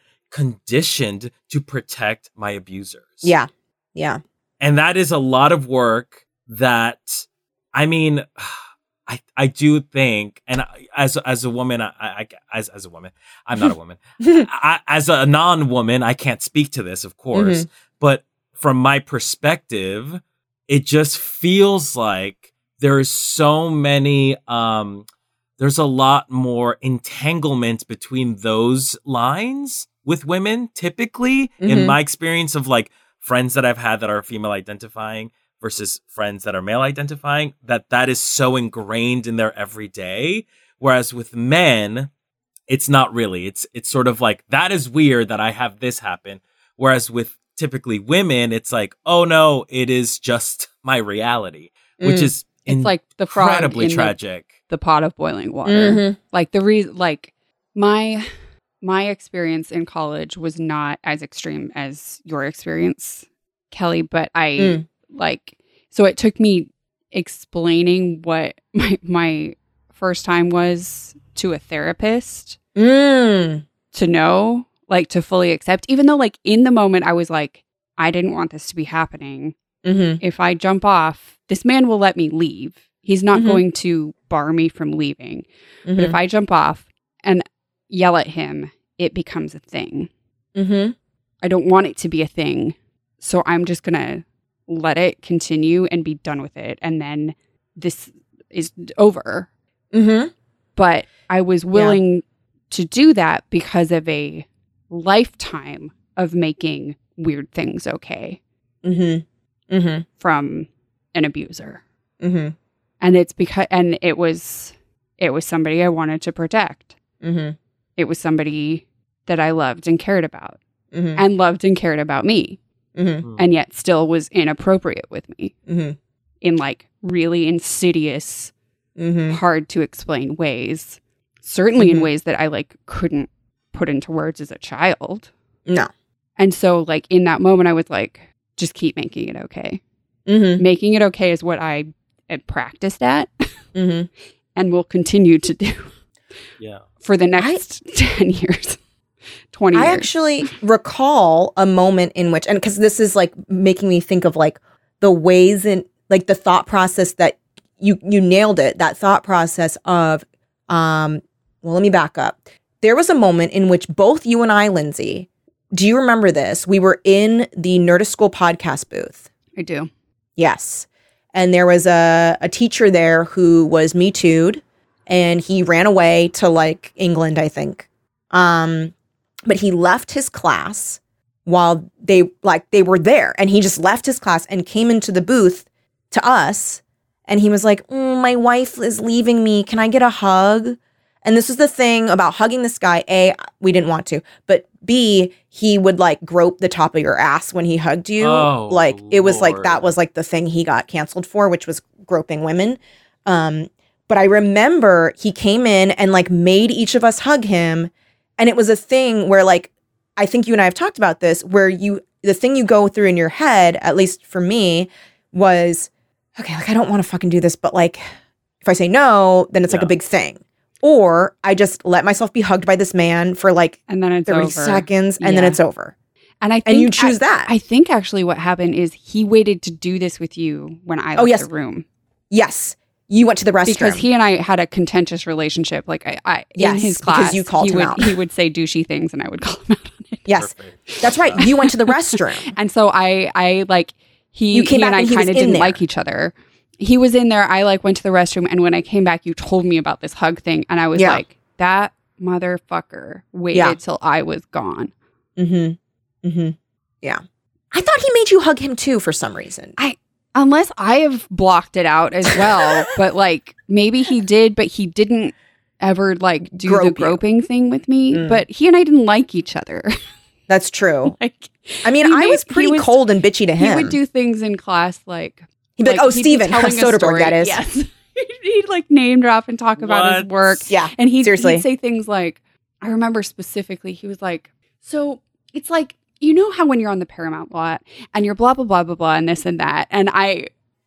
conditioned to protect my abusers. Yeah. Yeah. And that is a lot of work that I mean *sighs* I, I do think and I- as as a woman I, I as as a woman I'm not a woman I, as a non woman, I can't speak to this, of course, but from my perspective, it just feels like there is so many, um, there's a lot more entanglement between those lines with women, typically, in Mhm. my experience of like friends that I've had that are female identifying versus friends that are male identifying, that that is so ingrained in their everyday. Whereas with men, it's not really it's it's sort of like that is weird that i have this happen whereas with typically women it's like oh no it is just *laughs* my reality which Mm. is It's like the frog incredibly in the- tragic the pot of boiling water. Mhm. like the reason like my my experience in college was not as extreme as your experience kelly but i Mm. like so it took me explaining what *laughs* my my first time was to a therapist Mm. to know like to fully accept even though like in the moment i was like i didn't want this to be happening Mhm. if I jump off, this man will let me leave. He's not Mhm. going to bar me from leaving. But if Mhm. I jump off and yell at him, it becomes a thing. Mhm. I don't want it to be a thing. So I'm just going to let it continue and be done with it. And then this is over. Mhm. But I was willing to do that because of a lifetime of making weird things okay Mhm. Mhm. from an abuser. Mhm. and it's because and it was it was somebody i wanted to protect Mhm. it was somebody that i loved and cared about Mhm. and loved and cared about me Mhm. and yet still was inappropriate with me Mhm. in like really insidious Mhm. hard to explain ways certainly Mhm. in ways that i like couldn't put into words as a child No. and so like in that moment i was like just keep making it okay Mhm. making it okay is what i uh, practiced at Mhm. and will continue to do yeah for the next *laughs* 10 years 20 I years actually recall a moment in which, and because this is like making me think of like the ways in, like the thought process that you you nailed it. That thought process of, um, well, let me back up. There was a moment in which both you and I, Lindsay, do you remember this? We were in the Nerdist School podcast booth. i do Yes. And there was a, a teacher there who was Me Too'd and he ran away to like England, I think. Um, but he left his class while they like they were there and he just left his class and came into the booth to us and he was like, "Mm, my wife is leaving me. Can I get a hug? And this was the thing about hugging this guy. A, we didn't want to, but B, he would like grope the top of your ass when he hugged you. Oh, like it was like that Lord. was like the thing he got canceled for, which was groping women. Um, but I remember he came in and like made each of us hug him, and it was a thing where like I think you and I have talked about this, where you the thing you go through in your head, at least for me, was okay, like I don't want to fucking do this, but like if I say no, then it's like Yeah. a big thing. Or I just let myself be hugged by this man for like and then it's 30 over seconds and then Yeah. it's over. and i think And you choose I, that. i think actually what happened is he waited to do this with you when i left Oh, yes. the room yes. You went to the restroom. because he and i had a contentious relationship like i, I in Yes, his because class you called he him would, out. he would say douchey things and i would *laughs* call him out on it yes. *laughs* Perfect. That's right. You went to the *laughs* restroom. and so i i like he, You came he back and i and he was kind of in didn't there. like each other he was in there i like went to the restroom and when i came back you told me about this hug thing and i was Yeah. like that motherfucker waited Yeah. till i was gone Mm-hmm. Mm-hmm. Yeah. I thought he made you hug him too for some reason. unless I have blocked it out as *laughs* well. but like maybe he did, but he didn't ever like do Grope the you. groping thing with me. Mm. But he and I didn't like each other. *laughs* That's true. like I mean, He I made- was he pretty was- cold and bitchy to he him. would do things in class like He'd be like, oh, he'd be Steven, *laughs* telling a Soderbergh, story- that is. Yes. *laughs* he'd like name drop and talk about his What? work. Yeah. And he'd, Seriously. he'd say things like, I remember specifically, he was like, So it's like, you know how when you're on the Paramount lot and you're blah, blah, blah, blah, blah, and this and that. And I,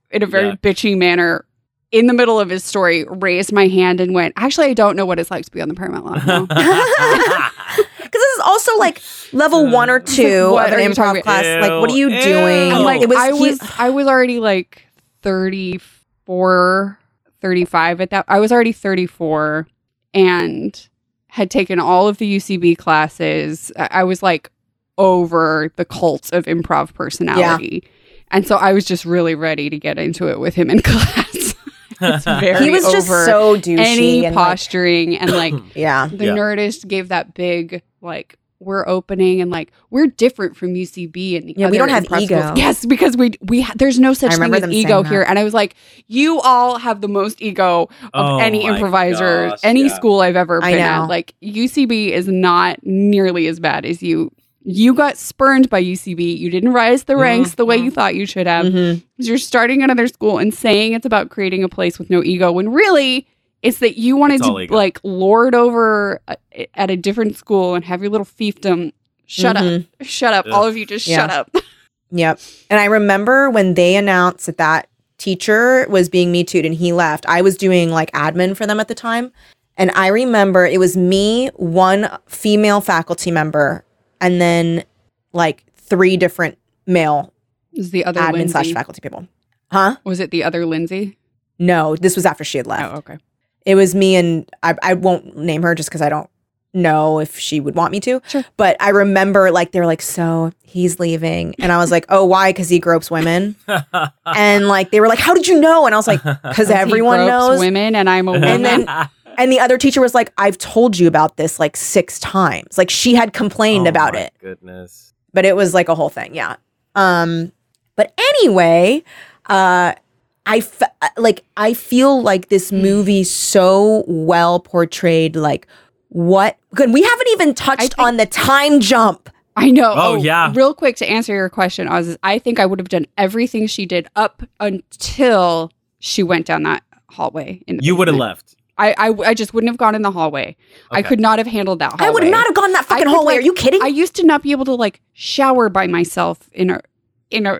in a very Yeah. bitchy manner, in the middle of his story, raised my hand and went, Actually, I don't know what it's like to be on the Paramount lot. now." Because this is also like level Uh, one or two *laughs* What of an are you improv talking- class. Like, what are you Ew, doing? I'm like, It Oh, I he- was, I was already like 34, 35 at that. I was already 34 and had taken all of the UCB classes. I, I was like over the cult of improv personality. And so I was just really ready to get into it with him in *laughs* class. very- *laughs* he was just over so douchey. Any and, like- posturing and like yeah. the Yeah. Nerdist gave that big like we're opening and like we're different from UCB and the Yeah, we other don't have improv ego. schools. Yes, because we we ha- there's no I such thing remember as them ego saying here. And I was like, you all have the most ego of *laughs* Oh any my improviser, gosh, any yeah. *laughs* school I've ever I been at. know. Like UCB is not nearly as bad as you. You got spurned by UCB. You didn't rise Mm-hmm. the ranks the way Mm-hmm. you thought you should have. Mhm. You're starting another school and saying it's about creating a place with no ego when really it's that you wanted It's to all ego. like lord over uh, at a different school and have your little fiefdom. Shut Mhm. up. Shut up. All of you just Yeah. shut *laughs* up. Yep. And I remember when they announced that that teacher was being me too and he left. I was doing like admin for them at the time. And I remember it was me, one female faculty member, and then like three different male Was the other admin Lindsay? slash faculty people. Huh? Was it the other Lindsay? No, this was after she had left. Oh, okay. It was me and I, I won't name her just because I don't know if she would want me to. Sure. But I remember like they were like, so he's leaving. And I was like, oh, why? Because he gropes *laughs* women. Oh and like they were like, how did you know? And I was like, because He everyone gropes knows. women, and I'm a woman. And then And the other teacher was like, I've told you about this like six times. Like she had complained Oh about my it, Goodness. but it was like a whole thing. Yeah. Um, but anyway, uh, I f- like I feel like this movie so well portrayed like what good we haven't even touched think- on the time jump I know. Oh, yeah. Real quick to answer your question, Oz, is I think I would have done everything she did up until she went down that hallway. In the You would have basement. left. I, I I just wouldn't have gone in the hallway. I Okay. could not have handled that hallway. I would not have gone that fucking could, hallway like- are you kidding I used to not be able to like shower by myself in a in *laughs* a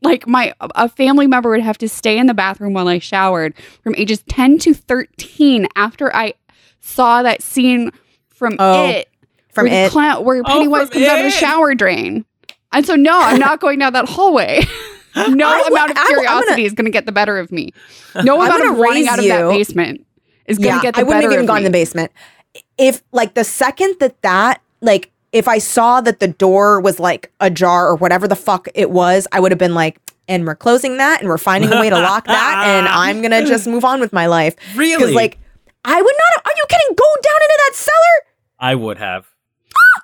like my a family member would have to stay in the bathroom while I showered from ages 10 to 13 after I saw that scene from Oh, it from where the it clown- where Oh, Pennywise from comes out of the It. shower drain. And so no, I'm not going down *gasps* that hallway. *laughs* No I would- amount of I would- I'm gonna- curiosity is going to get the better of me. No I'm amount of gonna running out of raise that you- basement is going to get the I wouldn't better have even of gone me. in the basement. If like the second that that like if I saw that the door was like ajar or whatever the fuck it was, I would have been like, and we're closing that and we're finding a way to lock that and I'm gonna just move on with my life. Really? Because like I would not are you kidding? Go down into that cellar. I would have.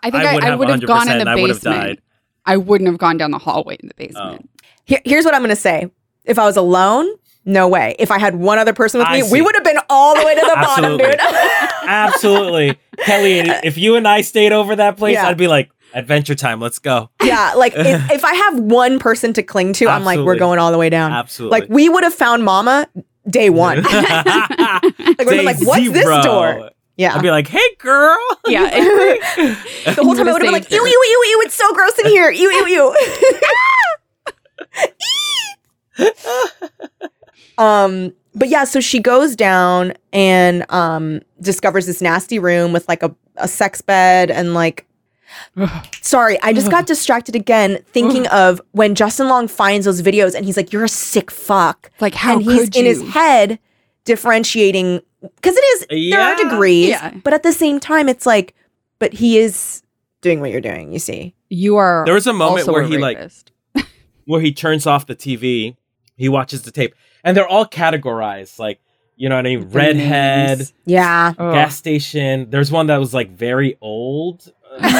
I think I, I would have gone in the 100%, I would have basement. died. Oh. I wouldn't have gone down the hallway in the basement. Here, here's what I'm gonna say. If I was alone, no way. If I had one other person with I me, see. we would have been all the way to the bottom, Absolutely. dude. Absolutely. Kelly, if you and I stayed over that place, Yeah. I'd be like, adventure time, let's go. *laughs* yeah, like if, if I have one person to cling to, I'm like, we're Absolutely. going all the way down. Absolutely. Like we would have found Mama day *laughs* one. *laughs* like like, we'd be like, "What's this door?" yeah, I'd be like, *laughs* hey, girl. *laughs* Yeah. *laughs* the whole time I would have been like, "Ew, ew, ew, ew! It's so gross in here! Ew, ew, ew!" *laughs* um, but yeah, so she goes down and um discovers this nasty room with like a a sex bed and *sighs* like. Sorry, I just got distracted again *sighs* thinking of when Justin Long finds those videos and he's like, "You're a sick fuck." like how and he's could in you? his head differentiating because it is there are Yeah. degrees Yeah. but at the same time it's like but he is doing what you're doing you see You are. There was a moment also where a he, like, rapist. where he turns off the TV, he watches the tape, and they're all categorized. Like, you know what I mean? The Redhead, names. yeah Ugh. gas station. There's one that was like very *laughs* old. *laughs*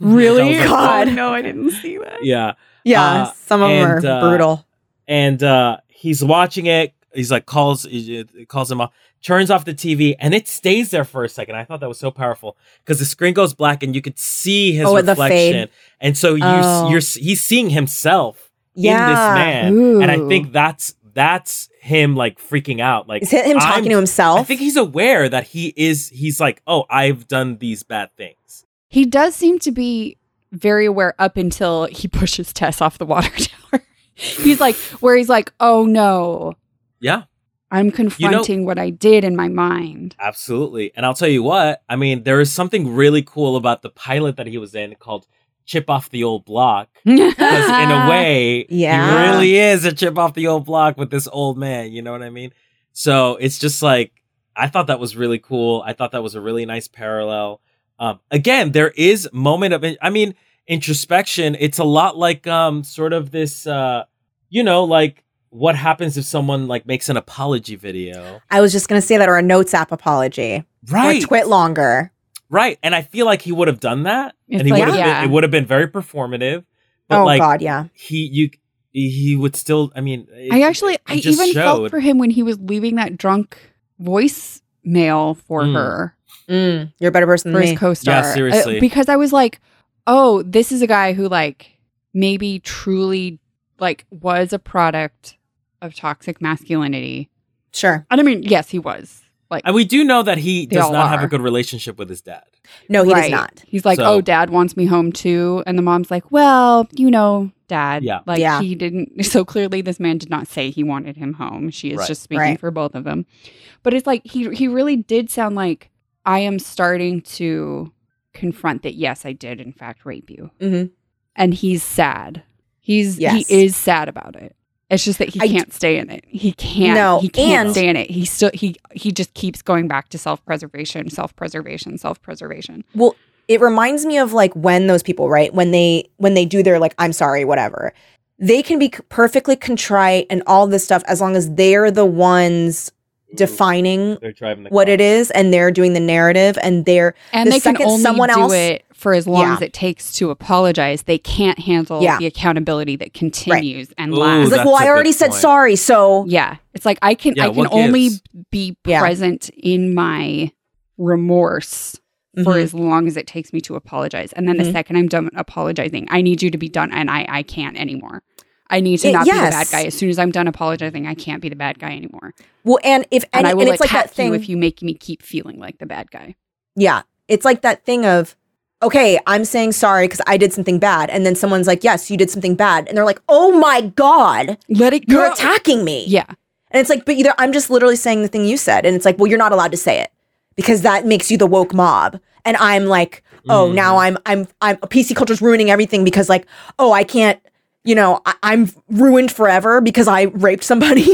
Really? That was, like, God. *laughs* Oh, no, I didn't see that. Yeah. yeah Uh, some of them and, are uh, brutal and uh, he's watching it. He's like calls he- he calls him off, turns off the TV, and it stays there for a second. I thought that was so powerful because the screen goes black and you could see his Oh, the fade. reflection, and so you Oh. you're he's seeing himself yeah in this man, and I think that's that's him like freaking out. Like Is it him talking I'm- to himself? I think he's aware that he is. He's like, oh, I've done these bad things. He does seem to be very aware up until he *laughs* pushes Tess off the water *laughs* tower. he's like, where he's like, oh no, Yeah, I'm confronting what I did in my mind. absolutely. And I'll tell you what. I mean, there is something really cool about the pilot that he was in called "Chip Off the Old Block." Because in *laughs* a way, Yeah. he really is a chip off the old block with this old man. You know what I mean? So it's just like I thought that was really cool. I thought that was a really nice parallel. Um, again, there is moment of I mean introspection. It's a lot like um, sort of this, uh, you know, like what happens if someone like makes an apology video, I was just gonna say that, or a notes app apology, right? or twit longer. right. And I feel like he would have done that, It's and he like, would have yeah. been, it would have been very performative. But Oh like God, yeah. he you he would still i mean it- I actually, it I just even felt showed. for him when he was leaving that drunk voicemail for Mm. her, Mm, you're a better person for than me. his co star. Yeah, seriously. because I was like, oh, this is a guy who, like, maybe truly, like, was a product of toxic masculinity. Sure. And I mean, yes, he was. Like, and we do know that he They does all not have are. a good relationship with his dad No, he Right. does not. He's like, So- "Oh, dad wants me home too," and the mom's like, "Well, you know, dad, Yeah. like Yeah. he didn't." *laughs* So clearly, this man did not say he wanted him home. She is Right. just speaking Right. for both of them. But it's like he he really did sound like I am starting to confront that. Yes, I did in fact rape you, Mhm. and he's sad. He's Yes. he is sad about it. It's just that he I d- can't stay in it. He can't. No, he can't and- stay in it. He still he he just keeps going back to self preservation, self preservation, self preservation. Well, it reminds me of like when those people, right? When they when they do their like I'm sorry, whatever. They can be c- perfectly contrite and all this stuff as long as they're the ones defining they're driving the what it is and they're doing the narrative and they're and The they can second only someone do else- it for as long Yeah. as it takes to apologize. They can't handle Yeah. the accountability that continues and Ooh, it's lasts. like, that's well, I a already good said point. sorry, so yeah, it's like I can I Yeah, can what only gives? be Yeah. present in my remorse for Mhm. as long as it takes me to apologize. And then the Mhm. second I'm done apologizing, I need you to be done, and I I can't anymore. I need to Y- not be the bad yes. guy. As soon as I'm done apologizing, I can't be the bad guy anymore. well, and if And, and, I will and it's like attack that thing you if you make me keep feeling like the bad guy. Yeah. It's like that thing of, okay, I'm saying sorry because I did something bad. And then someone's like, yes, you did something bad. And they're like, oh my God, Let it you're attacking me. Yeah, And it's like, but either I'm just literally saying the thing you said. And it's like, well, you're not allowed to say it because that makes you the woke mob. And I'm like, oh, Mhm. now I'm, I'm, I'm, PC culture's ruining everything because like, oh, I can't, you know, I, I'm ruined forever because I raped somebody, *laughs*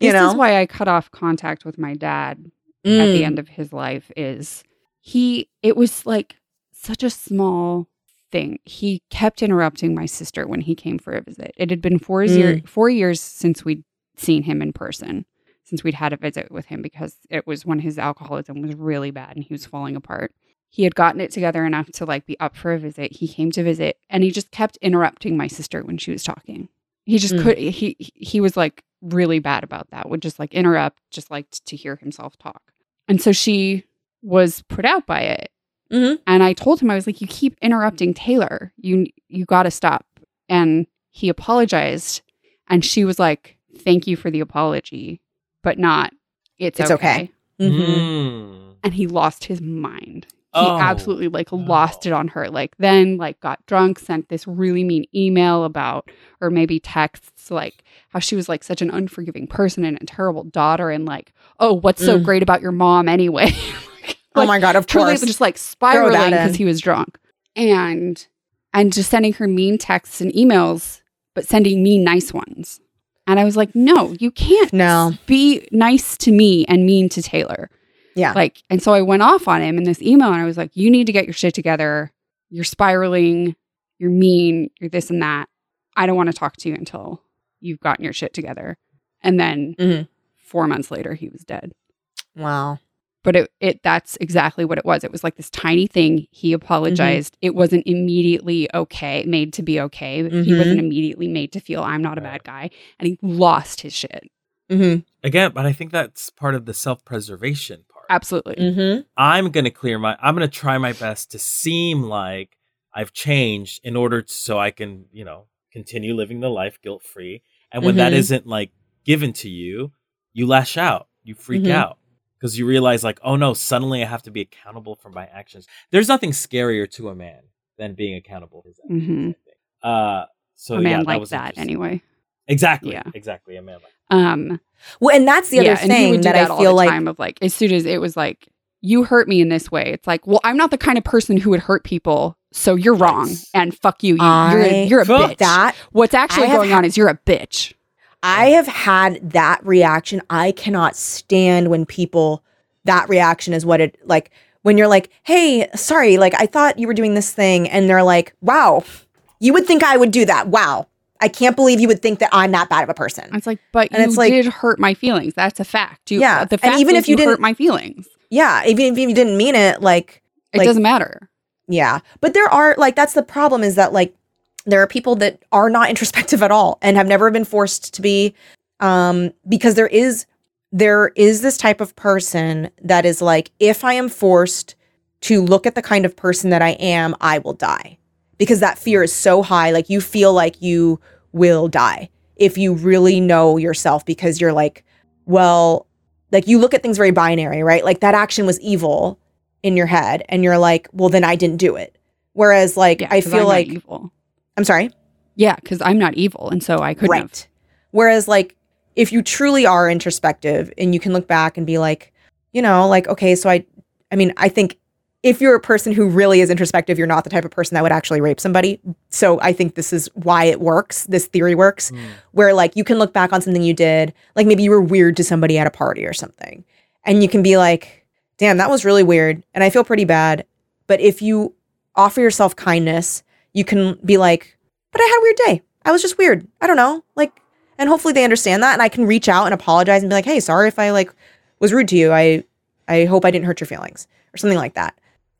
you this know? Mm. is why I cut off contact with my dad at the end of his life is he it was like such a small thing he kept interrupting my sister when he came for a visit it had been four, year, four years since we'd seen him in person since we'd had a visit with him because it was when his alcoholism was really bad and he was falling apart he had gotten it together enough to like be up for a visit he came to visit and he just kept interrupting my sister when she was talking he just Mm. could he he was like really bad about that would just like interrupt just like t- to hear himself talk and so she was put out by it. Mhm. And I told him I was like, "You keep interrupting Taylor. You you got to stop." And he apologized, and she was like, "Thank you for the apology, but not. It's, It's okay. okay." Mhm. Mm. And he lost his mind. He Oh, absolutely like no. lost it on her. Like then like got drunk, sent this really mean email about or maybe texts like how she was like such an unforgiving person and a terrible daughter and like, "Oh, what's so Mm. great about your mom anyway?" *laughs* Oh Like, my God, of truly course. just like spiraling in. because he was drunk and and just sending her mean texts and emails but sending me nice ones and i was like no you can't No. be nice to me and mean to taylor Yeah. like and so i went off on him in this email and i was like you need to get your shit together you're spiraling you're mean you're this and that i don't want to talk to you until you've gotten your shit together and then Mhm. four months later he was dead wow. but it, it that's exactly what it was it was like this tiny thing he Mm-hmm. apologized it wasn't immediately okay made to be okay he Mhm. wasn't immediately made to feel i'm not a Right. bad guy and he lost his shit Mm-hmm. again but i think that's part of the self-preservation part absolutely Mm-hmm. i'm gonna clear my i'm gonna try my best to seem like i've changed in order to, so i can you know continue living the life guilt-free and when that Mm-hmm. Mhm. isn't like given to you, you lash out, you freak Mm-hmm. Mhm. out because you realize like, oh no, suddenly I have to be accountable for my actions. There's nothing scarier to a man than being accountable for his actions. I Mhm. think. Uh, so a man yeah, like was that, interesting. anyway. Exactly, Yeah. exactly, a man like. Um, Well, and that's the yeah, other and he thing would do that, that I all feel the like. time of like as soon as it was like you hurt me in this way. It's like, well, I'm not the kind of person who would hurt people, so you're wrong Yes. and fuck you. you you're I a, you're a felt bitch. That What's actually I have going on is you're a bitch. I have had that reaction. I cannot stand when people that reaction is what it like when you're like, "Hey, sorry, like I thought you were doing this thing." And they're like, "Wow. You would think I would do that. Wow. I can't believe you would think that I'm that bad of a person." It's like, but And you it's like- did hurt my feelings. That's a fact. You, Yeah, The and fact even is if you hurt didn't- my feelings, Yeah, even if you didn't mean it, like it Like- doesn't matter. yeah. But there are like that's the problem is that like there are people that are not introspective at all and have never been forced to be um because there is there is this type of person that is like if i am forced to look at the kind of person that i am i will die because that fear is so high like you feel like you will die if you really know yourself because you're like well like you look at things very binary right like that action was evil in your head and you're like well then i didn't do it whereas like Yeah, i 'cause feel I'm not like evil. i'm sorry Yeah, because I'm not evil, and so I couldn't. have. Whereas, like, if you truly are introspective and you can look back and be like, you know, like, okay, so I, I mean, I think if you're a person who really is introspective, you're not the type of person that would actually rape somebody. So I think this is why it works. This theory works, Mm. where like you can look back on something you did, like maybe you were weird to somebody at a party or something, and you can be like, damn, that was really weird, and I feel pretty bad. But if you offer yourself kindness, you can be like, but I had a weird day. I was just weird. I don't know. Like, and hopefully they understand that and I can reach out and apologize and be like, "Hey, sorry if I like was rude to you. I I hope I didn't hurt your feelings." or something like that.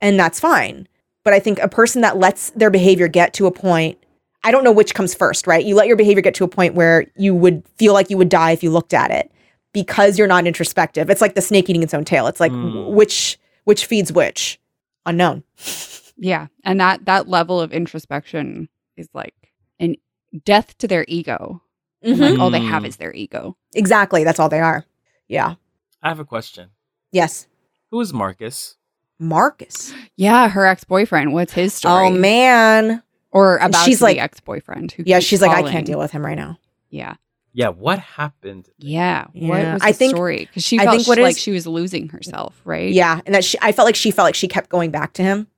And that's fine. But I think a person that lets their behavior get to a point I don't know which comes first, right? You let your behavior get to a point where you would feel like you would die if you looked at it because you're not introspective. It's like the snake eating its own tail. It's like Mm. which which feeds which? Unknown. Yeah, and that that level of introspection is like an death to their ego. And, Mm-hmm. Like all they have Mm. is their ego. Exactly. That's all they are. Yeah. I have a question. Yes. Who is Marcus? Marcus. Yeah, her ex boyfriend. What's his story? Oh man. Or about she's she's like- like ex boyfriend. Yeah, she's like, I can't deal with him right now. Yeah, Yeah, what happened? yeah. Yeah. What was I I think- think, story? Because she I felt think what sh- it like is- she was losing herself, right? Yeah, and that she, I felt like she felt like she kept going back to him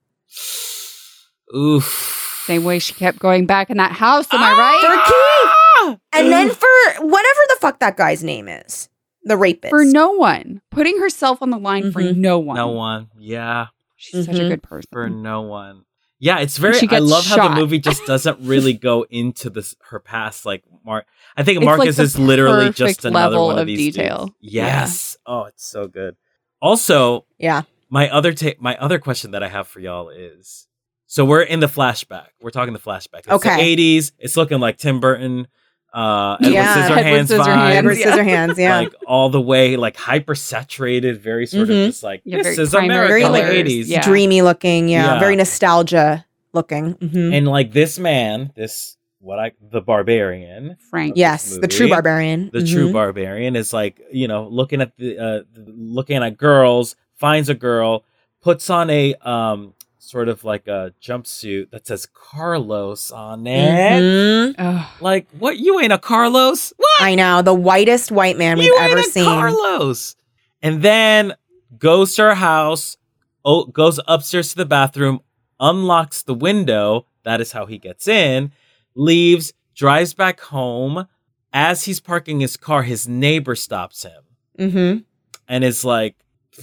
Oof. Same way she kept going back in that house. Am I for right? Keith, Ah! and then for whatever the fuck that guy's name is, the rapist. For no one, putting herself on the line for Mhm. no one. Mm-hmm. No one. Yeah, She's such Mhm. a good person. for no one. Yeah, it's very. she I gets love how the shot. *laughs* movie just doesn't really go into this her past. Like Mark, I think It's like Marcus the is literally just perfect another level one of of these dudes. detail. Yeah. Yes. Oh, it's so good. Also, *laughs* yeah, my other ta- my other question that I have for y'all is so we're in the flashback. We're talking the flashback. It's Okay. The 80s. It's looking like Tim Burton, uh, Edward Yeah. Scissorhands Edward Scissorhands. vibes, Edward Yeah. Scissorhands. Yeah, Like all the way, like hyper saturated, very sort Mhm. of just like Yeah, this very is primary America in colors. the 80s. Yeah. dreamy looking. Yeah, Yeah. very nostalgia looking. hmm And like this man, this what I the barbarian, Frank. Yes, the true movie. barbarian. the true Mhm. barbarian is like you know looking at the uh, looking at girls finds a girl puts on a um sort of like a jumpsuit that says carlos on it Mhm. Ugh. *laughs* like what you ain't a carlos what I know the whitest white man we've you ain't ever a seen. carlos and then goes to her house o- goes upstairs to the bathroom unlocks the window that is how he gets in leaves drives back home as he's parking his car his neighbor stops him Mhm. and it's like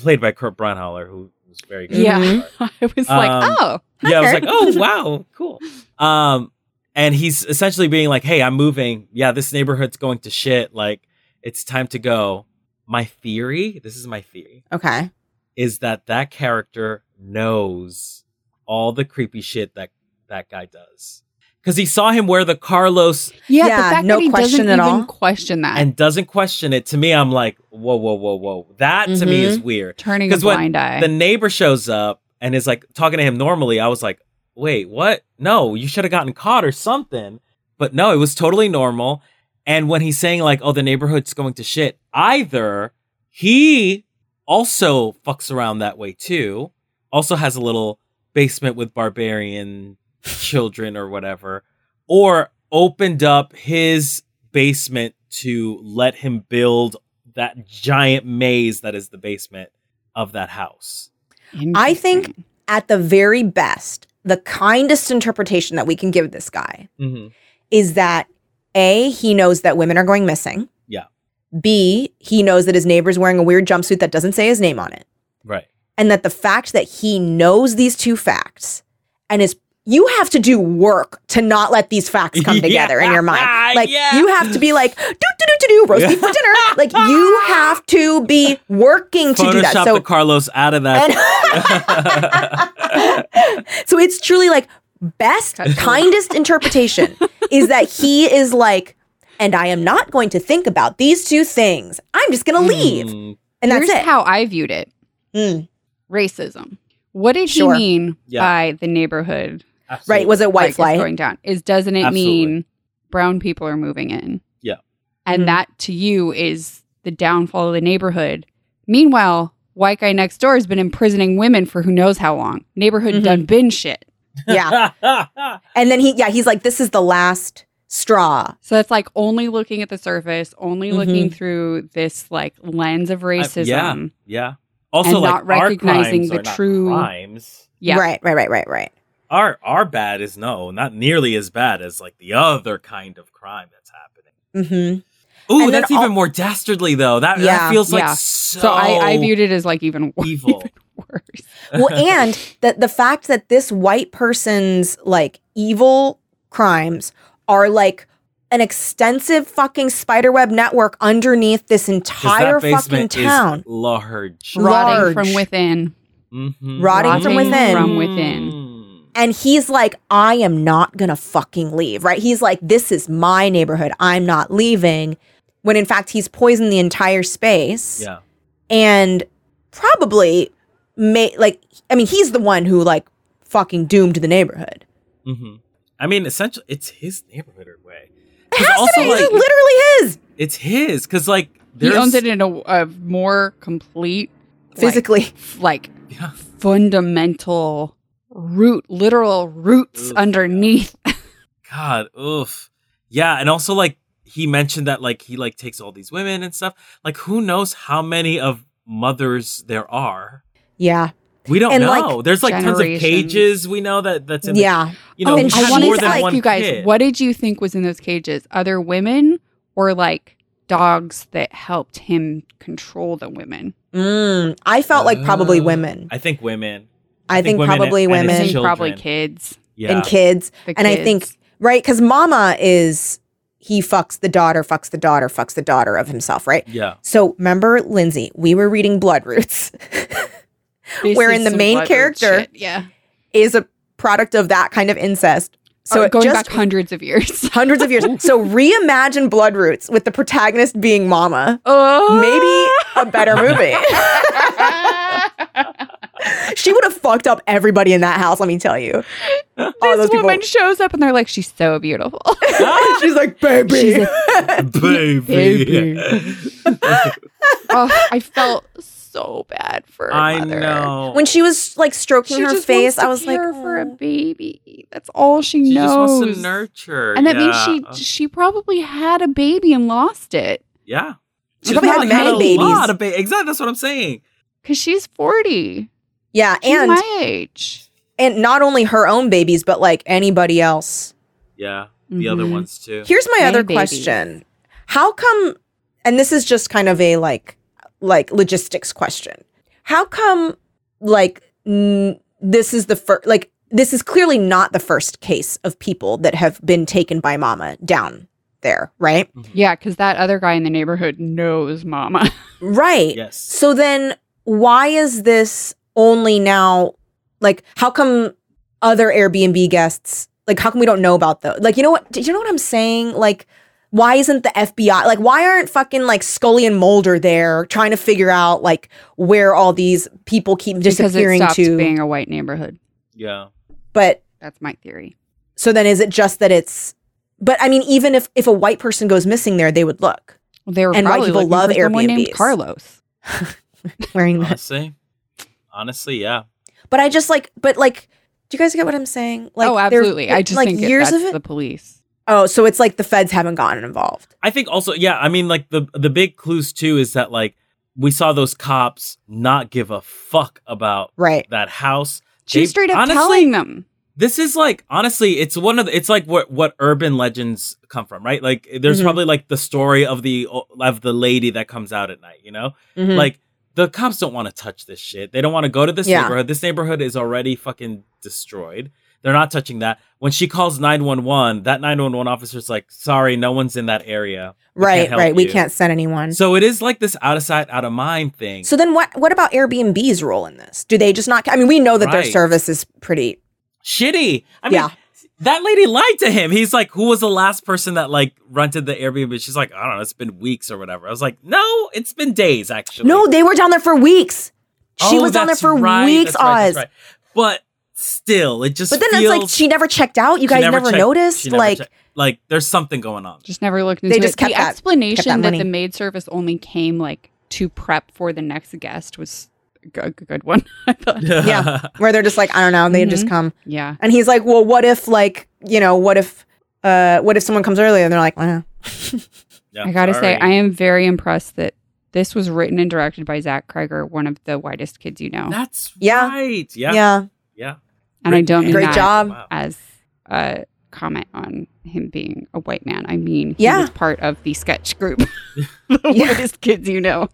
played by Kurt Brunheimer, who was very good. Yeah. Mhm. I was Um, like, oh, yeah, I was like, oh Kurt. wow, cool. Um, and he's essentially being like, hey, I'm moving. Yeah, this neighborhood's going to shit. Like, it's time to go. My theory, this is my theory, Okay. is that that character knows all the creepy shit that that guy does because he saw him wear the Carlos yeah. Yeah, the fact no that he question doesn't at even all. question that. and doesn't question it. To me, I'm like, whoa, whoa, whoa, whoa. That to me is weird. turning a 'Cause when blind eye. the neighbor shows up and is like talking to him normally. I was like, wait, what? No, you should have gotten caught or something. But no, it was totally normal. And when he's saying like, "Oh, the neighborhood's going to shit," either he also fucks around that way too. Also has a little basement with barbarian children or whatever, or opened up his basement to let him build that giant maze that is the basement of that house. I think- At the very best, the kindest interpretation that we can give this guy Mm-hmm. is that A, he knows that women are going missing. Yeah. B, he knows that his neighbor's wearing a weird jumpsuit that doesn't say his name on it. Right. And that the fact that he knows these two facts and is you have to do work to not let these facts come *laughs* Yeah. together in your *laughs* mind. Like Yeah. you have to be like do do do do do roast *laughs* beef for dinner. Like you have to be working to do that. Photoshop So the Carlos out of that. and- *laughs* so it's truly like best kindest interpretation is that he is like and i am not going to think about these two things i'm just going to leave Mm, and that's Here's it how I viewed it. Mm, Racism. What did Sure. he mean Yeah. by the neighborhood right was it like, white is fly going down? Is doesn't it Absolutely. mean brown people are moving in? Yeah. And Mhm. that to you is the downfall of the neighborhood. Meanwhile, white guy next door has been imprisoning women for who knows how long. Neighborhood Mhm. done been shit. yeah and then he yeah he's like this is the last straw So it's like only looking at the surface, only Mhm. looking through this like lens of racism. *laughs* yeah. Also, And like not our recognizing crimes the are not true- crimes. Yeah. right right right right right Our our bad is no, not nearly as bad as like the other kind of crime that's happening. mm-hmm. Ooh, And then that's even al- more dastardly though. That, that Yeah. feels like Yeah. so, So, I, I viewed it as like even *laughs* wor- *laughs* evil. even worse. *laughs* well and that the fact that this white person's like evil crimes are like an extensive fucking spiderweb network underneath this 'Cause entire that fucking basement town. is large. Right. Rotting Large. from within. Mhm. Rotting from within. from within. And he's like, I am not gonna fucking leave, right? He's like, this is my neighborhood. I'm not leaving. When in fact, he's poisoned the entire space Yeah. and probably made like, I mean, he's the one who like fucking doomed the neighborhood. hmm I mean, essentially, it's his neighborhood or way. It *laughs* 'Cause has also, to be. like- it literally is It's his because like there's He owns it in a, a more complete, like, physically. f- like Yeah. fundamental root, literal roots Oof. underneath. God, oof. Yeah, and also like he mentioned that like he like takes all these women and stuff. Like who knows how many of mothers there are? yeah. We don't And, know. There's like tons of generations. cages we know that that's in the- Yeah. you know, and you she have Oh, I wanted more is to than ask one you guys, kid. what did you think was in those cages? Other women or like dogs that helped him control the women? Mm, I felt like probably Uh, women. I think women. I, think, women probably and- and I his women think probably children. kids. Yeah. and kids. The And I kids. think- right? Because mama is he fucks the daughter, fucks the daughter, fucks the daughter of himself, right? *laughs* yeah. So remember, Lindsay, we were reading Blood Roots, *laughs* This wherein is the some main blood root character- shit, yeah, is a product of that kind of incest. So Uh, it going just back hundreds of years. *laughs* hundreds of years. So reimagine Blood Roots with the protagonist being mama. Oh, *laughs* Maybe a better movie. *laughs* she would have fucked up everybody in that house, let me tell you. All this those people. woman shows up and they're like, she's so beautiful. *laughs* She's like, baby. She's *laughs* *laughs* Baby. oh, I felt so bad for *laughs* her I mother. know. when she was like stroking She her just face, wants to I was like, care for a "Oh." baby. That's all she, she knows. just wants to nurture. and that yeah. Oh. means she she probably had a baby and lost it Yeah. She probably had probably many a lot babies. of ba- exactly. That's what I'm saying. because she's forty. yeah, She's and my age. and not only her own babies, but like anybody else. Yeah. The other Mm-hmm. Mhm. ones too. Here's my Many other babies. question. How come and this is just kind of a like like logistics question. How come like n- this is the first like this is clearly not the first case of people that have been taken by mama down there, right? Yeah, because that other guy in the neighborhood knows Mama. *laughs* Right. Yes. So then why is this only now like how come other Airbnb guests like how come we don't know about those? Like you know what do you know what I'm saying? Like why isn't the FBI like why aren't fucking like Scully and Mulder there trying to figure out like where all these people keep because it disappearing stopped to? being *laughs* a white neighborhood. Yeah. but That's my theory. so then is it just that it's But I mean, even if if a white person goes missing there, they would look Well, they were And white probably people looking love for someone named Airbnbs. Carlos. wearing *laughs* that. Honestly, honestly, yeah. But I just like, but like, do you guys get what I'm saying? Like, oh, there- absolutely. I just like think years years that's of it. the police. oh, so it's like the feds haven't gotten involved. I think also, yeah, I mean, like the the big clues too is that like we saw those cops not give a fuck about Right. that house. They- She's straight up honestly- telling them. This is like honestly, it's one of the, it's like what what urban legends come from, right? Like there's Mhm. probably like the story of the of the lady that comes out at night, you know? Mhm. Like the cops don't want to touch this shit. They don't want to go to this Yeah. neighborhood. This neighborhood is already fucking destroyed. They're not touching that. When she calls 911, that 911 officer's like, "Sorry, no one's in that area." We can't right, help right. We you. can't send anyone. So, So it is like this out of sight, out of mind thing. then what? What about Airbnb's role in this? Do they just not? I mean, we know that their Right. service is pretty. Shitty. I mean, Yeah. that lady lied to him. He's like, who was the last person that like rented the Airbnb? She's like, I don't know, it's been weeks or whatever. I was like, no, it's been days actually. No, they were down there for weeks. She Oh, was down there that's for right, weeks, that's right, that's Oz. right. But still, it just. But then feels, it's like she never checked out. You she guys never, checked- noticed. she never like, checked- like there's something going on. Just never looked They into it. just *laughs* kept the that- explanation kept that that money. the maid service only came like to prep for the next guest was a g- a good one. *laughs* I thought. Yeah. where they're just like, I don't know, they just Mhm. Mm-hmm. come. Yeah. And he's like, well, what if like you know, what if, uh, what if someone comes earlier? And they're like, well, Yeah, I gotta say, sorry. I am very impressed that this was written and directed by Zach Krieger, one of the whitest kids you know. That's Yeah. right. yeah, Yeah. Yeah. and I don't mean great that job. Wow. as a comment on him being a white man. I mean, he Yeah. was part of the sketch *laughs* group, *laughs* the Yeah. whitest kids you know.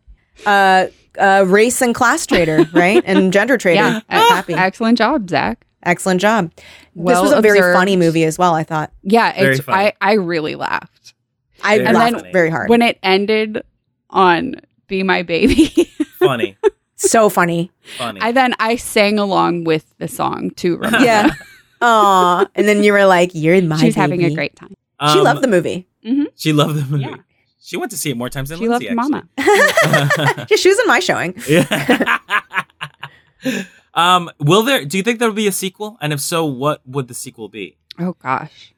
Uh, uh, race and class trader, right? and *laughs* gender trader. ex- Happy. excellent job, Zach. Excellent job. Well this was a very observed. funny movie as well. I thought Yeah, Very it's, funny. I I really laughed I Very laughed funny. very hard. when it ended on "Be My Baby." *laughs* Funny. so funny. Funny. I then I sang along with the song to remember. Yeah. Aw. And then you were like, "You're my." she's having a baby. great time. She Um, loved the movie. She loved the movie. Yeah. She went to see it more times than She loved Lindsay. Mama. actually. Yeah, she was in my showing. Yeah. *laughs* um, will there? Do you think there will be a sequel? And if so, what would the sequel be? Oh gosh,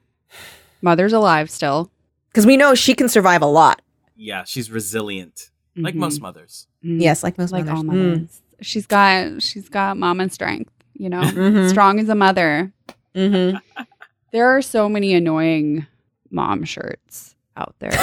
mother's alive still. Because we know she can survive a lot. Yeah, she's resilient, like Mhm. most mothers. *laughs* Mm. Yes, like most like mothers. all Mm. mothers. She's got she's got mama strength. You know, Mhm. strong as a mother. Mm-hmm. There are so many annoying mom shirts out *laughs* there.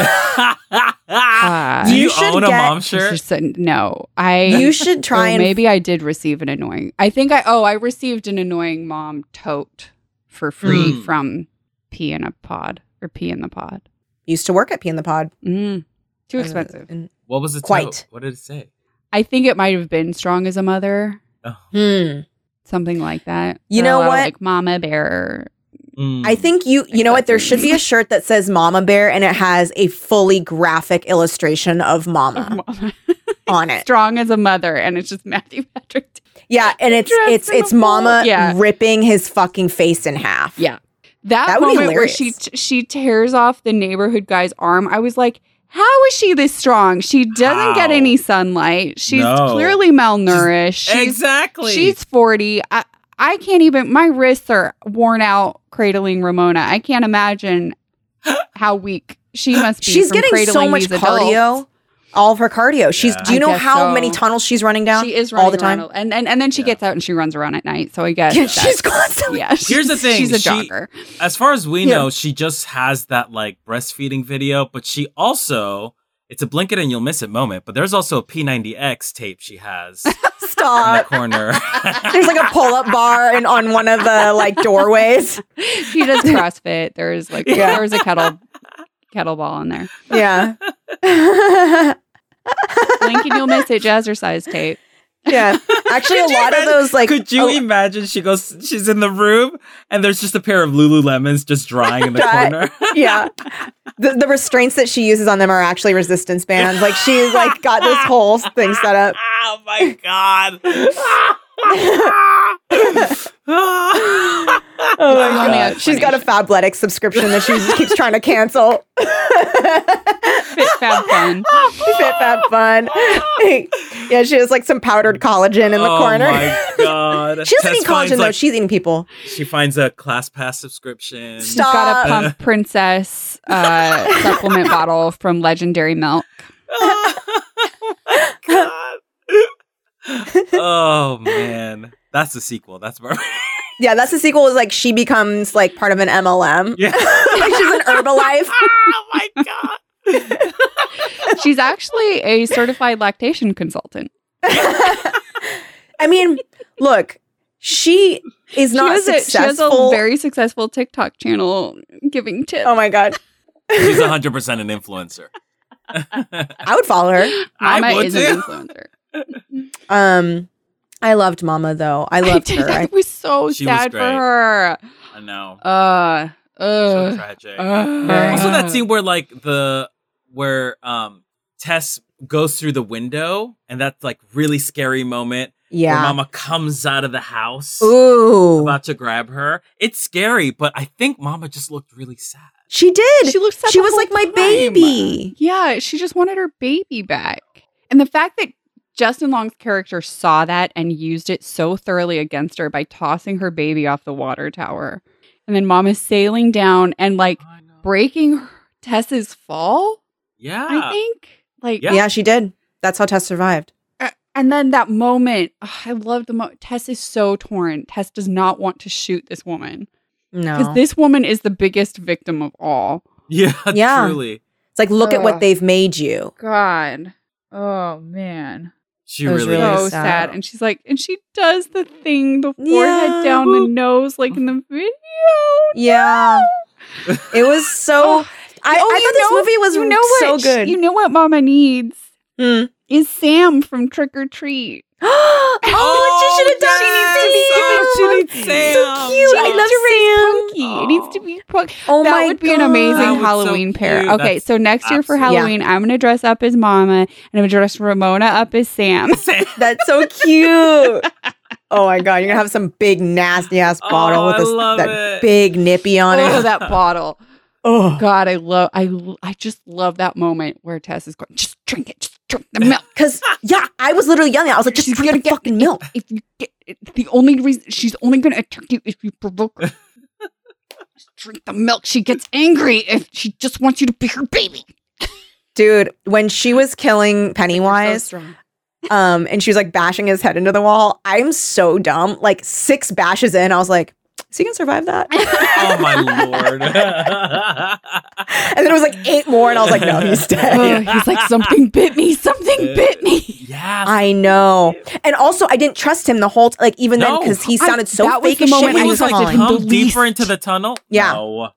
Uh, do you, You should own a get- mom shirt? It's just a- no, I. *laughs* You should or try and maybe I did receive an annoying. I think I. Oh, I received an annoying mom tote for free Mm. from Pee in a Pod or Pee in the Pod. used to work at P in the Pod. Mm, too Uh, expensive. and- What was the Quite. Tote? What did it say? I think it might have been Strong as a Mother, Oh. Hmm. something like that. You There are know a lot of, what? Like *laughs* Mama Bear. Mm. I think you you know what there should be a shirt that says Mama Bear and it has a fully graphic illustration of Mama on it. Strong as a mother, and it's just Matthew *laughs* Patrick. Yeah, and it's Dressed it's in a it's Mama full- yeah. ripping his fucking face in half. Yeah. That, That would be moment where she hilarious. she tears off the neighborhood guy's arm, I was like, "How is she this strong? She doesn't get How? any sunlight. She's No. clearly malnourished. She's exactly. she's forty. I I can't even. My wrists are worn out cradling Ramona. I can't *laughs* imagine how weak she must be. She's from getting so cradling much these cardio. All of her cardio. She's Yeah. do you I know guess how so. many tunnels she's running down? adults. She is running all the time. around, and and and then she Yeah. gets out and she runs around at night. So I guess Yeah, *laughs* that- she's constantly yeah. Here's the thing, She's a she- jogger. *laughs* as far as we Yeah. know, she just has that like breastfeeding video, but she also it's a blink it and you'll miss it moment, but there's also a P90X tape *laughs* she has in *laughs* the Stop. corner. There's like a pull-up bar and on one of the like doorways. she does CrossFit. There's like Yeah. there's a kettle kettleball in there. Yeah. *laughs* Blink and you'll miss it. Jazzercise tape. yeah. Actually a *laughs* Could you lot of imagine- those like Could you oh, imagine she goes she's in the room and there's just a pair of Lululemons just drying in *laughs* the Dry. corner. yeah. The, the restraints that she uses on them are actually resistance bands. Like she's like got this whole thing set up. oh *laughs* *laughs* Oh my god. Oh my Mommy, God. that's She's got a Fabletic subscription that she just keeps trying to cancel. *laughs* Fit Fab Fun. Fit Fab Fun. *laughs* *laughs* yeah, she has like some powdered collagen in the oh corner. my *laughs* god. She doesn't Tess eat collagen finds, though. like, She's eating people. she finds a class pass subscription. *laughs* She's got Stop. a Pump Princess uh, supplement bottle from Legendary Milk. Oh God. oh man. That's the sequel. That's Barbarian. *laughs* Yeah, that's the sequel. Is like she becomes like part of an MLM. *laughs* Yeah. like *laughs* she's an Herbalife. *laughs* oh my god. She's actually a certified lactation consultant. I mean, look, she is not she has, a, she has successful. a very successful TikTok channel giving tips. oh my god, She's 100% an influencer. I would follow her. I Mama would *laughs* is too. an influencer. Um, I loved Mama though. I loved did. her. *laughs* I I, was so She was sad for great. her. I know. Uh, so uh, tragic. uh. also that scene where like the where um Tess goes through the window and that's like really scary moment where yeah. mama comes out of the house Ooh, about to grab her. It's scary, but I think mama just looked really sad. she did. She She, looks. sad the was whole like my time. baby. Yeah, she just wanted her baby back. And the fact that Justin Long's character saw that and used it so thoroughly against her by tossing her baby off the water tower. And then mom is sailing down and like breaking her- Tess's fall, Yeah. I think. Like Yeah. yeah, she did. That's how Tess survived. a- and then that moment, ugh, I love the moment. Tess is so torn. Tess does not want to shoot this woman because No, this woman is the biggest victim of all. *laughs* yeah, Yeah. truly. it's like look at Ugh. what they've made you. God. Oh man. She It was really, really is so sad. sad. And she's like, and she does the thing, the forehead Yeah. down the nose, like in the video. *laughs* Yeah, it was so. Oh, I, oh, I you thought this know- movie was you know so what? sh- good. you know what Mama needs Mm. *gasps* is Sam from Trick or Treat. oh, Oh, what she should have done. yes. She Oh, needs to she be *laughs* needs so Sam. cute. She I needs love to Sam. Punky. It needs to be punk. Oh that my would be an God. That amazing would be so Halloween pair. cute. Okay, That's so next year for absolutely- Yeah. Halloween, I'm gonna dress up as Mama and I'm gonna dress Ramona up as *laughs* Sam. *laughs* Sam. That's so cute. Oh my god, you're gonna have some big nasty ass bottle Oh, with I this, love that it. big nippy on Oh, *laughs* it. that bottle. Oh, God, I love. I l- I just love that moment where Tess is going, just drink it, just drink the *laughs* milk. because yeah, I was literally yelling. I was like, just She's drink gonna the get- fucking milk. if you get it, the only reason she's only going to attack you if you provoke *laughs* her. Just drink the milk. She gets angry if she just wants you to be her baby. Dude, when she was killing Pennywise, *laughs* um, and she was like bashing his head into the wall, I'm so dumb. Like six bashes in, I was like, is he gonna survive that? Oh my *laughs* lord. *laughs* and and then it was like eight more, and I was like, no, he's dead. Oh, he's *laughs* like something bit me. Something bit me. Yeah. I know. And also, I didn't trust him the whole t- like even then No. because he I- sounded so that was fake the as shit moment when he he I was was like, calling. him the come deeper least. into the tunnel. Yeah. No.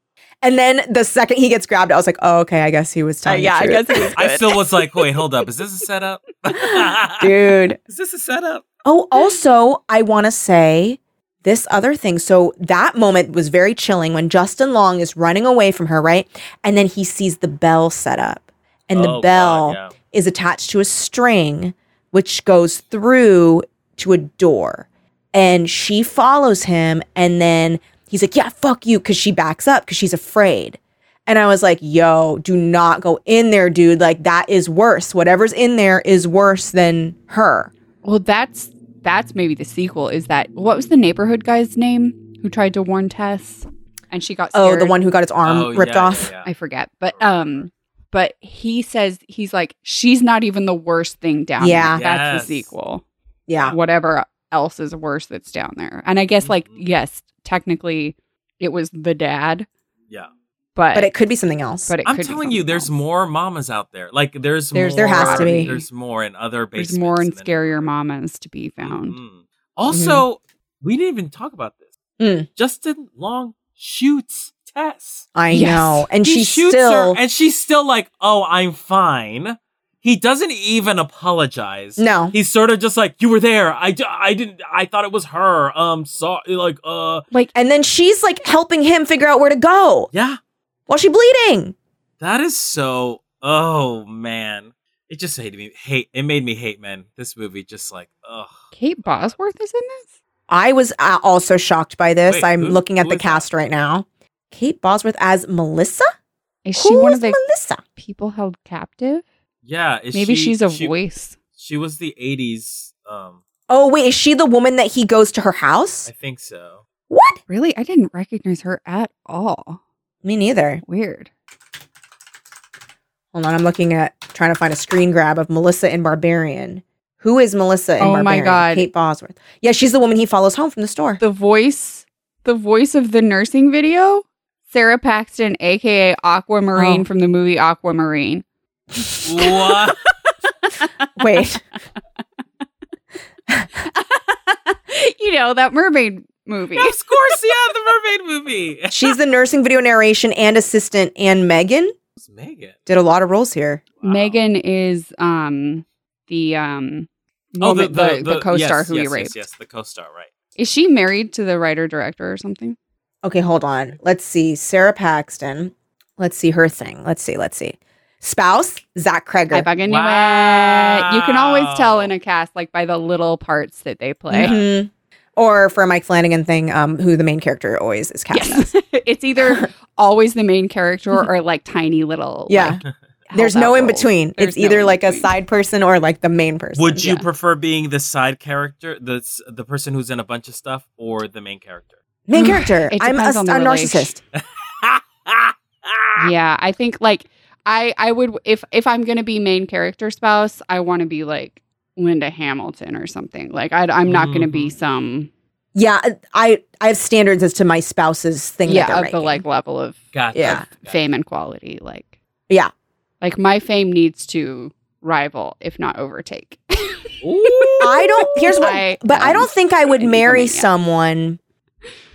And then the second he gets grabbed, I was like, oh okay, I guess he was telling. the truth. *laughs* it's I still was like, wait, hold up. Is this a setup? *laughs* dude. Is this a setup? *laughs* Oh, also, I want to say this other thing. So that moment was very chilling when Justin Long is running away from her, right? And then he sees the bell set up, and the Oh, God, bell yeah. is attached to a string, which goes through to a door. And she follows him. And then he's like, Yeah, fuck you. Cause she backs up because she's afraid. And I was like, Yo, do not go in there, dude. Like, that is worse. Whatever's in there is worse than her. Well, that's that's maybe the sequel. Is that what was the neighborhood guy's name who tried to warn Tess and she got Oh, scared? the one who got his arm Oh, ripped yeah, yeah, off. yeah. I forget, but um, but he says he's like she's not even the worst thing down. Yeah. there. that's Yes. the sequel. Yeah. Whatever else is worse that's down there, and I guess like Mhm. yes, technically it was the dad, Yeah. but But it could be something else. but it I'm could be telling you, something there's else. more mamas out there. Like there's, There's- more, There has to be. There's more in other basements. There's more and than- scarier mamas to be found. Mhm. Also, we didn't even talk about this. Mm. Justin Long shoots Tess. I Yes. know. And He she shoots still her, and she's still like, "Oh, I'm fine." He doesn't even apologize. No. He's sort of just like, "You were there. I, d- I didn't. I thought it was her. Um, sorry. Like, uh, Like And then she's like helping him figure out where to go yeah. while she's bleeding. That is so. Oh man, it just hated me. Hate. It made me hate men. This movie just like, ugh. Kate Bosworth is in this. I was uh, also shocked by this. Wait, I'm who- looking at who the is that? cast right now. Kate Bosworth as Melissa. Is Who she one is of the Melissa? people held captive? Yeah, is Maybe she- she's a she, voice. She was the '80s. Um, Oh wait, is she the woman that he goes to her house? I think so. What? Really? I didn't recognize her at all. Me neither. Weird. Hold on, I'm looking at trying to find a screen grab of Melissa in Barbarian. Who is Melissa in Oh my Barbarian? God. Kate Bosworth. Yeah, she's the woman he follows home from the store. The voice, the voice of the nursing video, Sarah Paxton, aka Aquamarine Oh. from the movie Aquamarine. What? Wait, *laughs* you know that mermaid movie. *laughs* of course, yeah, the mermaid *laughs* movie. It she's the nursing video narration and assistant, and Megan was Megan. did a lot of roles here. *laughs* Wow. Megan is um the um Oh, woman- the, the, co-star yes, who yes, he raped. Yes, yes, the co-star, right? Is she married to the writer director or something? Okay, hold on. Let's see. Sarah Paxton. Let's see her thing. Let's see. Let's see. Spouse Zach I Kreger. fucking knew it. You can always tell Wow. in a cast like by the little parts that they play. Mhm. Or for a Mike Flanagan thing, um, who the main character always is cast *laughs* as. *laughs* Yes. *laughs* it's either always the main character or like tiny little. Mm-hmm. Yeah. like, There's held-out no in roles. between. There's it's no either in like a between. side person or like the main person. Would you Yeah. prefer being the side character, the s- the person who's in a bunch of stuff, or the *laughs* main character? main character? It I'm a, depends a on the narcissist. Ah, ah. Yeah, I think like I I would if if I'm gonna be main character spouse, I want to be like Linda Hamilton or something. Like I, I'm not gonna be Mhm. some Yeah, I I have standards as to my spouse's thing. that yeah they're of the writing. like level of Gotcha. Yeah. Gotcha. fame and quality. Like Yeah. like my fame needs to rival if not overtake. *laughs* Ooh. *laughs* I don't. Here's what. I, but I um, don't think I would an marry egomaniac. someone,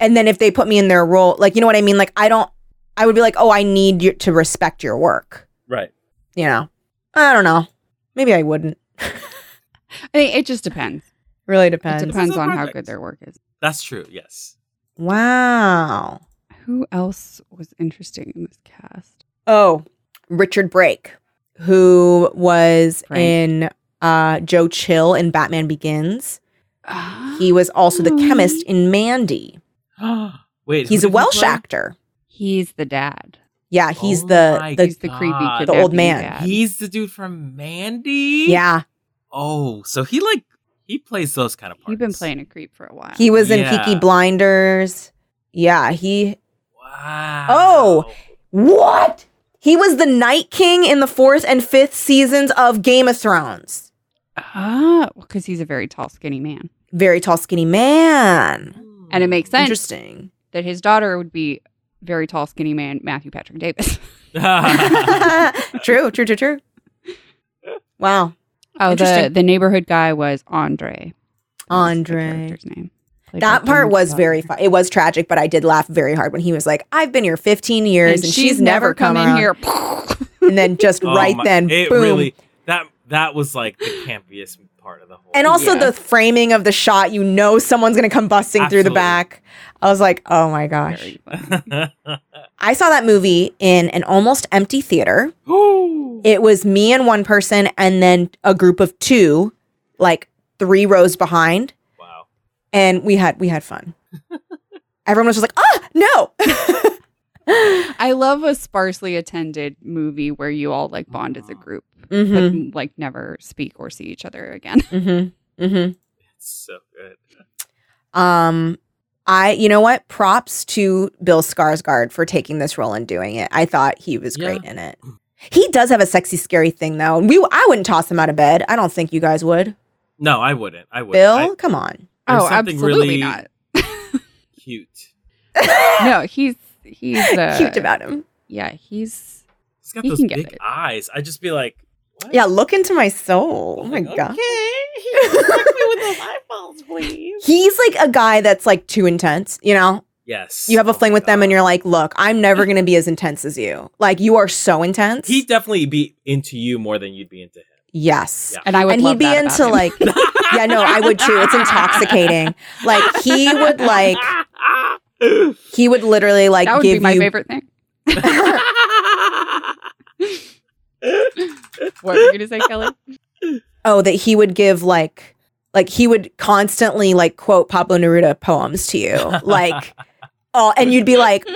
and then if they put me in their role, like you know what I mean. Like I don't. I would be like, oh, I need you to respect your work. Right. You know. I don't know. Maybe I wouldn't. I think it just depends. Really It depends. depends on on how project. good their work is. That's true. Yes. *gasps* Wow. Who else was interesting in this cast? Oh, Richard Brake, who was Brake. in uh, Joe Chill in Batman Begins. He was also the Oh. chemist in Mandy. Wait. who He's a did he Welsh play? actor. *gasps* He's the dad. Yeah, he's Oh the my the He's the creepy God. The old kidnapping man. dad. He's the dude from Mandy. yeah. Oh, so he like he plays those kind of parts. You've been playing a creep for a while. He was in Yeah. Peaky Blinders. Yeah, he Wow. Oh! what? He was the Night King in the fourth and fifth seasons of Game of Thrones. Ah, because he's a very tall, skinny man, Very tall, skinny man. Hmm. and it *laughs* makes *laughs* Mm. sense Interesting. *laughs* that his daughter would be very tall, skinny man Matthew Patrick Davis. *laughs* true, true, true, true. Wow. Oh, the Interesting. the neighborhood guy was Andre. That's the Andre. character's name. Played That by part Kevin was Costner. very fun. It was tragic, but I did laugh very hard when he was like, "I've been here 15 And years, and, she's, never come, in around." here. *laughs* And then just Oh right my- then, it boom. really that that was like the campiest part of the whole. and also Yeah. the framing of the shot, you know, someone's gonna come busting through the Absolutely. back. I was like, "Oh my gosh!" Very funny. *laughs* I saw that movie in an almost empty theater. Ooh. It was me and one person, and then a group of two, like three rows behind, wow. and we had we had *laughs* fun. Everyone was just like, "Ah, no!" *laughs* I love a sparsely attended movie where you all like bond as a group, but hmm like never speak or see each other again. mm-hmm, mm-hmm. It's so good. Um, I, you know what? Props to Bill Skarsgård for taking this role and doing it. I thought he was great in it. He does have a sexy, scary thing though, and we I wouldn't toss him out of bed. I don't think you guys would. No, I wouldn't. I would. Bill, I, come on. *laughs* there's oh, something absolutely really not. *laughs* Cute. No, he's he's uh, Cute about him. Yeah, he's He's got He those can get big it. eyes. I'd just be like, what? Yeah, look into my soul. Oh my Like, god. Okay. Respect me with those eyeballs, please. He's like a guy that's like too intense, you know? Yes. You have a Oh fling my with them God. and you're like, look, I'm never gonna be as intense as you. Like you are so intense. He'd definitely be into you more than you'd be into him. yes. Yeah. and I would And love he'd be that about into him. like Yeah, no, I would too. It's intoxicating. Like he would like he would literally like *laughs* that would give be my you favorite thing. *laughs* What were you gonna say, Kelly? oh that he would give like like he would constantly like quote Pablo Neruda poems to you, like oh, and you'd be like,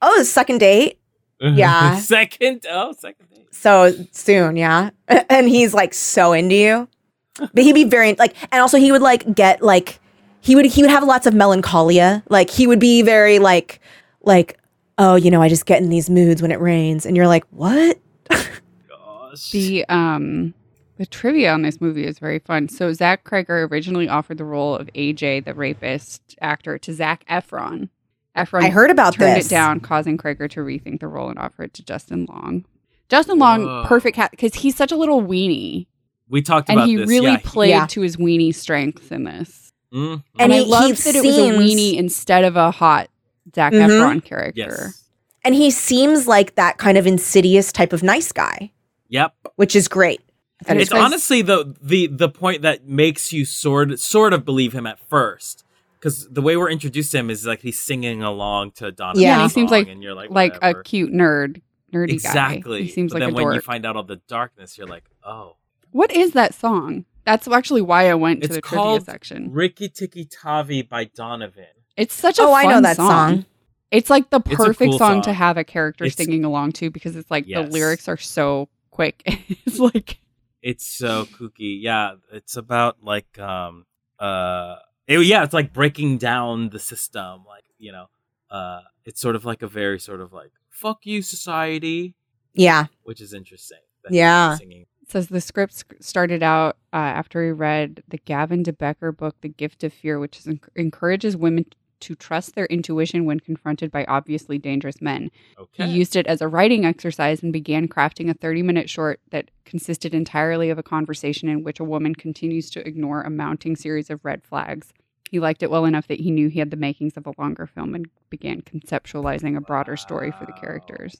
oh, second date. Yeah. *laughs* second. Oh, second. date. so soon, yeah. *laughs* And he's like so into you. But he'd be very like and also he would like get like he would he would have lots of melancholia. Like he would be very like like oh, you know, I just get in these moods when it rains and you're like, "What?" Gosh. *laughs* The um the trivia on this movie is very fun. So Zach Kreger originally offered the role of AJ, the rapist actor, to Zach Efron. Efron I heard about turned this. it down, causing Kreger to rethink the role and offer it to Justin Long. Justin Long, Whoa. perfect cat because he's such a little weenie, we talked and about he this. really yeah. played Yeah. to his weenie strengths in this. Mm, And And, I he- loved he that it was a seems- weenie instead of a hot Zach Mhm. Efron character. yes. And he seems like that kind of insidious type of nice guy, Yep. which is great. That And is It's great. honestly the the the point that makes you sort sort of believe him at first. Because the way we're introduced to him is like he's singing along to Donovan. Yeah, and he song, seems like- and you're like like whatever. a cute nerd, nerdy guy. exactly. He seems but like then a when dork. you find out all the darkness, you're like, oh, What is that song? That's actually why I went to It's the called trivia section. Ricky Tikki Tavi by Donovan. It's such a Oh, I know fun that song. It's like the It's a perfect cool song, song. to have a character It's- singing along to because it's like the Yes. lyrics are so quick. *laughs* it's like It's so kooky. Yeah, it's about like um uh it- yeah, it's like breaking down the system. Like you know, uh, it's sort of like a very sort of like fuck you society, Yeah. which is interesting. that Yeah. he's singing. it says the script sc- started out uh, after he read the Gavin De Becker book, The Gift of Fear, which is en- encourages women to trust their intuition when confronted by obviously dangerous men. He Okay. used it as a writing exercise and began crafting a 30 minute short that consisted entirely of a conversation in which a woman continues to ignore a mounting series of red flags. He liked it well enough that he knew he had the makings of a longer film and began conceptualizing a broader story for the Wow. characters.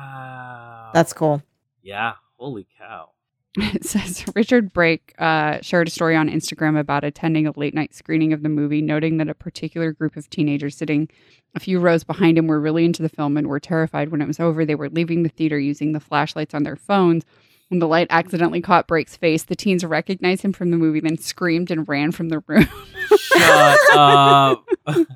Wow. That's cool. Yeah. Holy cow. *laughs* It says Richard Brake uh, shared a story on Instagram about attending a late night screening of the movie, noting that a particular group of teenagers sitting a few rows behind him were really into the film and were terrified when it was over. They were leaving the theater using the flashlights on their phones. When the light accidentally caught Brake's face, the teens recognized him from the movie, then screamed and ran from the room. *laughs* *laughs* Shut up. Oh,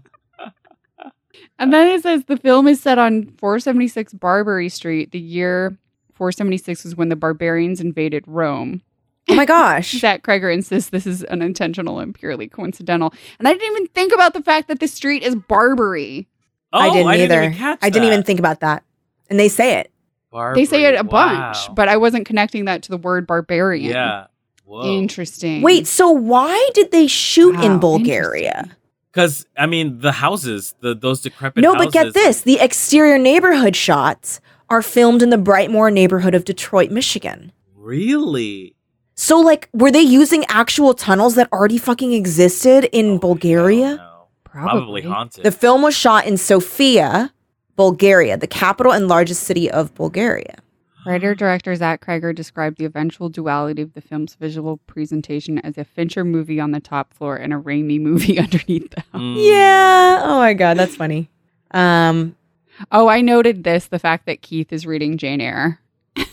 And then it says the film is set on 476 Barbary Street. The year 476 was when the barbarians invaded Rome. Oh my *laughs* gosh. Zach Kreger insists this is unintentional and purely coincidental. And I didn't even think about the fact that the street is Barbary. Oh, I didn't either. even catch I didn't even that. think about that. And they say it. Barbary. They say it a bunch, wow. but I wasn't connecting that to the word barbarian. yeah. Whoa. Interesting. Wait, so why did they shoot Wow, in Bulgaria? interesting. Because I mean, the houses, the those decrepit. No, but get houses- this the exterior neighborhood shots are filmed in the Brightmoor neighborhood of Detroit, Michigan. Really? So, like, were they using actual tunnels that already fucking existed in Oh, hell Bulgaria? no. Probably. Probably haunted. The film was shot in Sofia, Bulgaria, the capital and largest city of Bulgaria. Writer director Zach Kreger described the eventual duality of the film's visual presentation as a Fincher movie on the top floor and a Raimi movie *laughs* underneath the house. Hmm. Mm. Yeah. Oh my God, that's funny. Um, *laughs* Oh, I noted this the fact that Keith is reading Jane Eyre.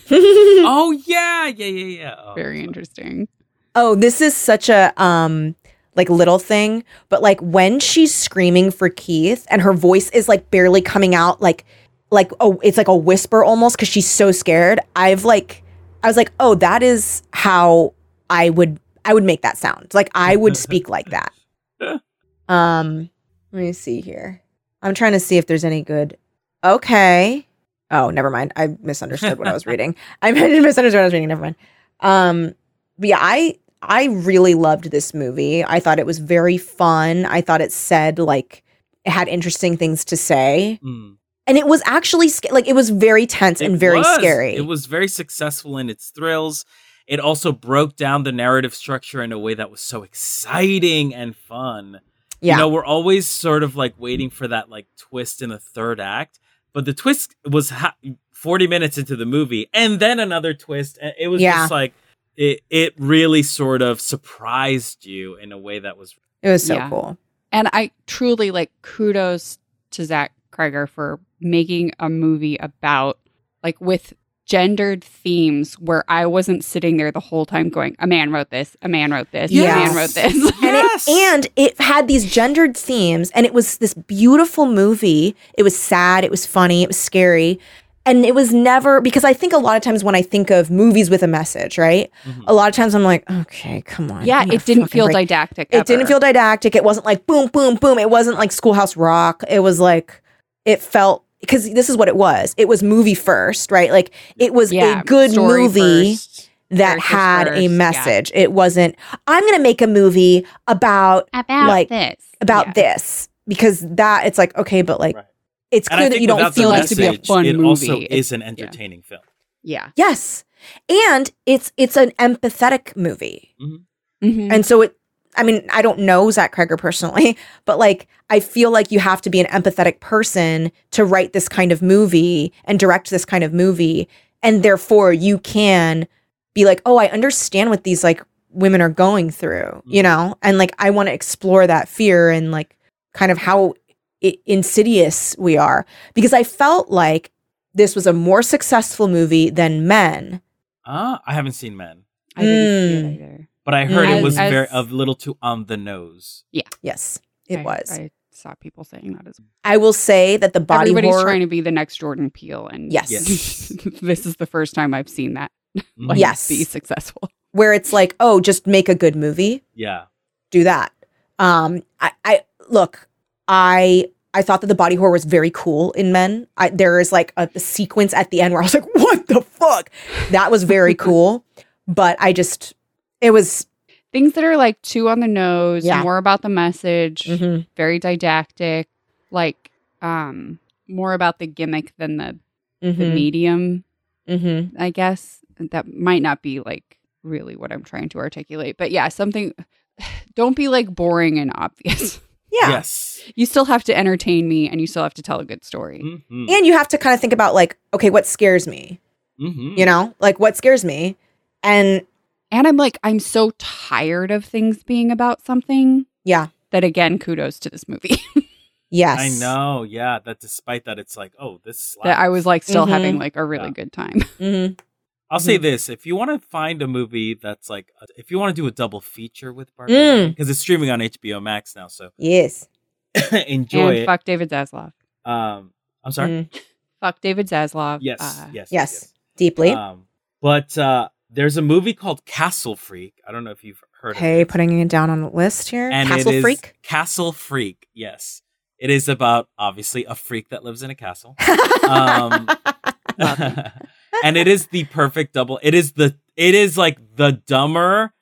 Oh yeah, yeah, yeah, yeah. Oh, Very that's interesting. Oh, this is such a um like little thing, but like when she's screaming for Keith and her voice is like barely coming out like like oh it's like a whisper almost cuz she's so scared. I've like I was like, "Oh, that is how I would I would make that sound. Like I would speak like that." Um let me see here. I'm trying to see if there's any good. Okay. Oh, never mind. I misunderstood *laughs* what I was reading. I *laughs* misunderstood what I was reading. Never mind. Um but yeah, I I really loved this movie. I thought it was very fun. I thought it said like it had interesting things to say, Mm. and it was actually sc- like it was very tense and It very was. scary. It was very successful in its thrills. It also broke down the narrative structure in a way that was so exciting and fun. yeah, You know, we're always sort of like waiting for that like twist in the third act, but the twist was ha- 40 minutes into the movie and then another twist. And it was Yeah. just like, it, it really sort of surprised you in a way that was. it was so Yeah. cool. And I truly like kudos to Zach Kreger for making a movie about like with gendered themes where I wasn't sitting there the whole time going, a man wrote this, a man wrote this, a man Yes. wrote this. Yes. And it, and it had these gendered themes, and it was this beautiful movie. It was sad, it was funny, it was scary. And it was never because I think a lot of times when I think of movies with a message, right? Mhm. A lot of times I'm like, okay, come on. yeah, give me a it didn't fucking feel break. didactic. It didn't ever. feel didactic. It wasn't like boom, boom, boom. It wasn't like Schoolhouse Rock. It was like, it felt, because this is what it was. It was movie first, right? Like, it was Yeah, a good story movie first. that versus had verse, a yeah. message. It wasn't, I'm going to make a movie about about Like, this. about Yeah. this because that it's like okay but like Right. it's And I clear that think you don't without the feel like has to be a message, fun it also movie. is an entertaining film. Yeah. yes and it's it's an empathetic movie Mhm. and so it i mean i don't know zach Kreger personally *laughs* but like i feel like you have to be an empathetic person to write this kind of movie and direct this kind of movie and therefore you can be like oh i understand what these like women are going through you Mm-hmm. Mhm. know and like i want to explore that fear and like kind of how i- insidious we are because i felt like this was a more successful movie than men Ah, I haven't seen Men, I didn't see it either. but I heard Mm. it was As- very as- a little too on the nose. yes it I- was I, I saw people saying that as will say that the body Everybody's horror trying to be the next Jordan Peele, and Yes. Yes. *laughs* this is the first time I've seen that. *laughs* Like, Yes. be successful. where it's like, oh, just make a good movie, Yeah. do that. Um, I, I look, I I thought that the body horror was very cool in Men. I, there is like a, a sequence at the end where I was like, *laughs* what the fuck? That was *laughs* very cool, but I just it was Things that are like too on the nose, Yeah. Mm-hmm. more about the message, very didactic, like um more about the gimmick than the, the mhm, medium, mhm. I guess. That might not be like really what I'm trying to articulate. But yeah, something *sighs* don't be like boring and obvious. *laughs* yeah. Yes. you still have to entertain me and you still have to tell a good story. Mm-hmm. And you have to kind of think about like, okay, what scares me? Mm-hmm. You know, like what scares me, and And I'm like, I'm so tired of things being about something. Yeah. That again, kudos to this movie. *laughs* yes, I know. Yeah. That despite that, it's like, oh, this. Slaps. that I was like still Mhm. having like a really Yeah. good *laughs* time. Mhm. I'll mm-hmm. say this: if you want to find a movie that's like, uh, if you want to do a double feature with Mm. Barbarian, because it's streaming on HBO Max *coughs* now, so yes, enjoy and it. fuck David Zaslav. um, I'm sorry. Mm. Fuck David Zaslav. Yes, Uh, yes. yes, deeply. Um, but uh, there's a movie called Castle Freak. I don't know if you've heard of it. okay, putting it down on a list here. and Castle it is Freak. Castle Freak. Yes, it is about obviously a freak that lives in a castle, *laughs* Um, *laughs* and it is the perfect double. It is the it is like the dumber,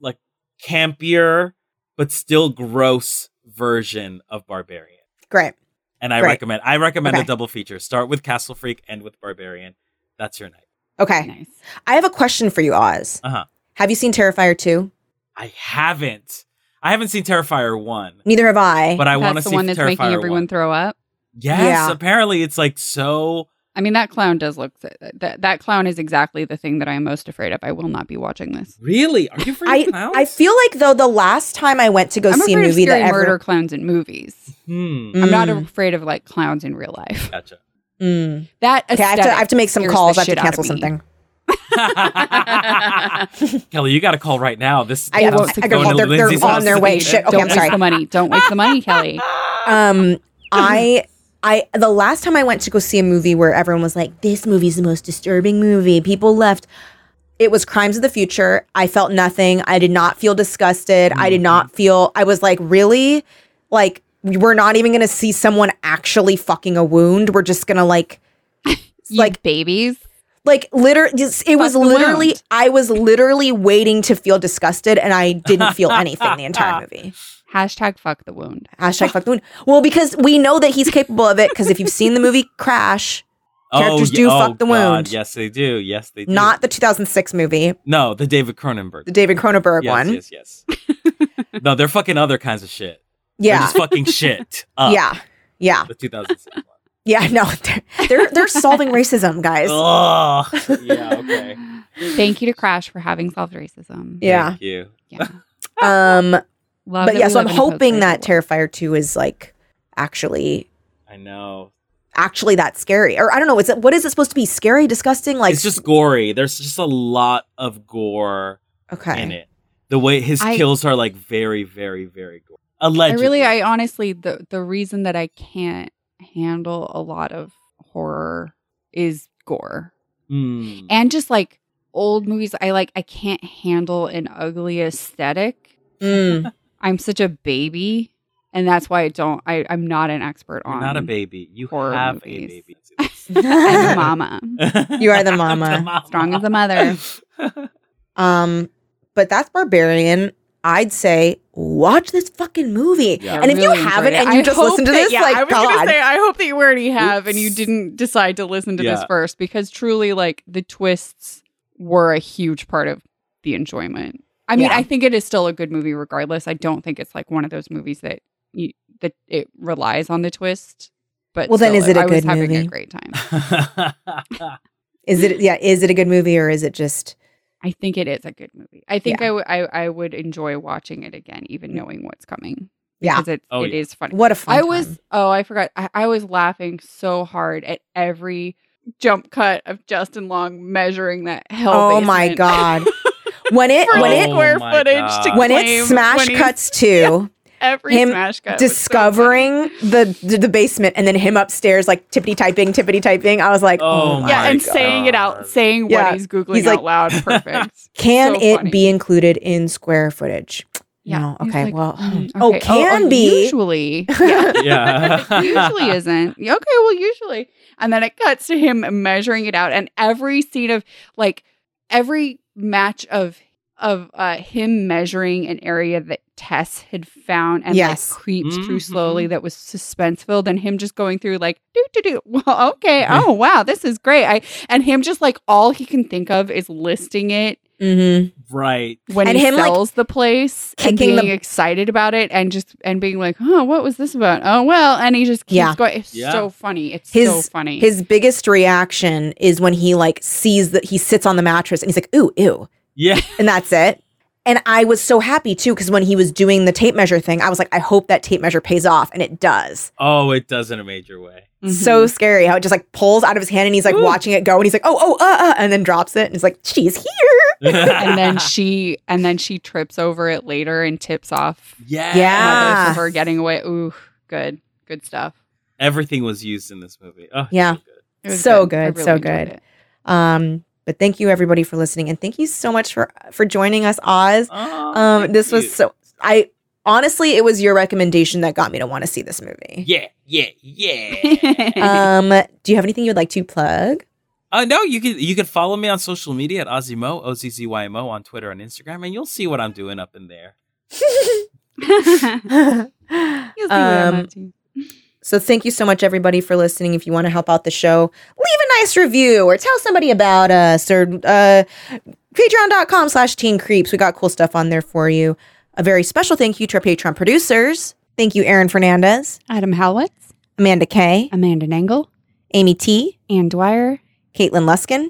like campier, but still gross version of Barbarian. *laughs* Great. And I Great. recommend I recommend a Okay. double feature. Start with Castle Freak, end with Barbarian. That's your night. Okay. nice. I have a question for you, Oz. Uh-huh. Have you seen Terrifier 2? I haven't. I haven't seen Terrifier one, Neither have I. but I want to That's see the one that's Terrifier making everyone 1. throw up. Yes, Yeah. apparently it's like so. I mean, that clown does look that that clown is exactly the thing that I am most afraid of. I will not be watching this. Really, are you afraid I, of clowns? I feel like though the last time I went to go I'm see a afraid of movie scary that ever murder clowns in movies. Hmm. I'm not Mm, afraid of like clowns in real life. *laughs* Gotcha. mm. That Okay, I have, to, I have to make some scares calls. the I have to shit out of cancel me. something. Kelly, you got to call right now. This I, I, won't I, got take the called. phone They're, to they're Lindsay's on house their to way. eat it. Shit. Okay, Don't I'm waste sorry. the money. Don't waste the money, Kelly. *clears throat* Um, I, I, the last time I went to go see a movie where everyone was like, "This movie's the most disturbing movie," people left. It was Crimes of the Future. I felt nothing. I did not feel disgusted. I did not Mm-hmm. feel. I was like, really, like we're not even gonna see someone actually fucking a wound. We're just gonna like, You *laughs* like- babies. like literally. It was the literally. wound. I was literally waiting to feel disgusted, and I didn't feel anything the *laughs* entire movie. Hashtag fuck the wound. Hashtag fuck the moon. Well, because we know that he's capable of it. Because if you've seen the movie *laughs* Crash, Characters ye- do fuck the Oh, God, wound. Yes, they do. Yes, they do. not the 2006 movie, no the David Cronenberg the David Cronenberg yes, one. Yes, yes. no, they're fucking other kinds of shit. They're Yeah, just *laughs* fucking shit. Up. yeah, yeah, the 2006 one. yeah. No, *laughs* they're they're, they're solving racism, guys. *laughs* Oh, yeah. *laughs* Okay. Thank you to Crash for having solved racism. Yeah. Thank you. Yeah. *laughs* Um, Love but that yeah, we so live I'm in a hoping post-racial that world. Terrifier 2 is like actually I know. actually that scary. Or I don't know, is it what is it supposed to be? Scary, disgusting? Like it's just gory. There's just a lot of gore in okay. it. The way his I- kills are like very, very, very gory. Allegedly, I really, I honestly, the the reason that I can't handle a lot of horror is gore Mm. and just like old movies. I like, I can't handle an ugly aesthetic. *laughs* Mm. I'm such a baby, and that's why I don't. I I'm not an expert You're on not a baby. You horror have a movies. baby. *laughs* I'm a mama, You *laughs* are the I'm mama. strong as a mother. *laughs* um but that's barbarian. I'd say watch this fucking movie. Yeah. And if really you enjoyed haven't it. and I you just hope listen to that- this, yeah, I like was gonna God. say, I hope that you already have and you Oops. didn't decide to listen to this Yeah. first because truly, like the twists were a huge part of the enjoyment. I mean, Yeah. I think it is still a good movie regardless. I don't think it's like one of those movies that you, that it relies on the twist. But Well, then still, is it a I was good having movie? a great time. Is it yeah, is it a good movie or is it just I think it is a good movie. I think I would I I would enjoy watching it again, even knowing what's coming. Yeah. because it, Oh, it yeah. is funny. what a fun I time. was oh I forgot I, I was laughing so hard at every jump cut of Justin Long measuring that hell. Oh my basement *laughs* God. when it for when the it Oh square my footage God. to when claim it smash when he- *laughs* cuts to every him smash cut was so discovering the, the basement and then him upstairs like tippity typing tippity typing i was like Oh oh, my funny. my yeah and God. saying it out saying Yeah. what he's googling He's out like- *laughs* loud perfect can so it funny. be included in square footage no He's okay like, well mm, oh okay, can oh, be *laughs* usually yeah. *laughs* usually isn't. Yeah, Okay, well, usually. And then it cuts to him measuring it out, and every scene of like every match of of uh him measuring an area that Tess had found and Yes. like creeped through Mhm. slowly that was suspense filled, and him just going through like do do *laughs* do. Well, okay, oh wow, this is great. I and him just like all he can think of is listing it Mhm. *laughs* Right. when And he him, like, sells the place and kicking being the- excited about it and just and being like, oh, what was this about? Oh well, and he just keeps Yeah. going. It's Yeah. so funny. It's so His- funny. his biggest reaction is when he like sees that he sits on the mattress and he's like ooh ew Yeah. and that's it and i was so happy too because when he was doing the tape measure thing i was like i hope that tape measure pays off and it does Oh, it does in a major way. Mhm. so scary how it just like pulls out of his hand and he's like Mm-hmm. Ooh. watching it go and he's like oh oh uh, uh and then drops it and he's like she's here *laughs* and *laughs* then she and then she trips over it later and tips off yeah. Yeah. others of her getting away. Ooh, good, good stuff. Everything was used in this movie. Oh, it's Yeah. so good. It was So good, so I good. enjoyed it. um but thank you everybody for listening and thank you so much for for joining us oz Oh, um thank this you. was so i honestly it was your recommendation that got me to want to see this movie Yeah, yeah, *laughs* yeah. um do you have anything you would like to *laughs* plug uh, no, you can you can follow me on social media at Ozzymo, O Z Z Y M O on Twitter and Instagram, and you'll see what I'm doing up in there. You'll see what I'm Um, up to. So thank you so much, everybody, for listening. If you want to help out the show, leave a nice review or tell somebody about us or uh, patreon.com slash teen creeps. We got cool stuff on there for you. A very special thank you to our Patreon producers. Thank you, Aaron Fernandez, Adam Howitz, Amanda Kay, Amanda Nangle, Amy T, Ann Dwyer, Caitlin Luskin,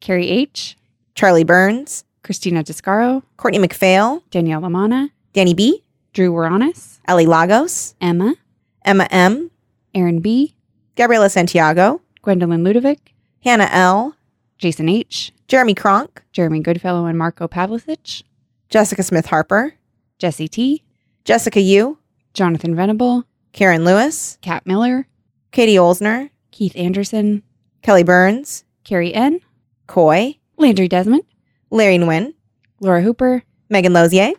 Carrie H, Charlie Burns, Christina Descaro, Courtney McPhail, Danielle Lamana, Danny B, Drew Waranis, Ellie Lagos, Emma, Emma M, Aaron B., Gabriela Santiago, Gwendolyn Ludovic, Hannah L, Jason H., Jeremy Kronk, Jeremy Goodfellow and Marco Pavlicic, Jessica Smith Harper, Jesse T., Jessica Yu, Jonathan Venable, Karen Lewis, Kat Miller, Katie Olsner, Keith Anderson, Kelly Burns, Carrie N., Coy, Landry Desmond, Larry Nguyen, Laura Hooper, Megan Lozier,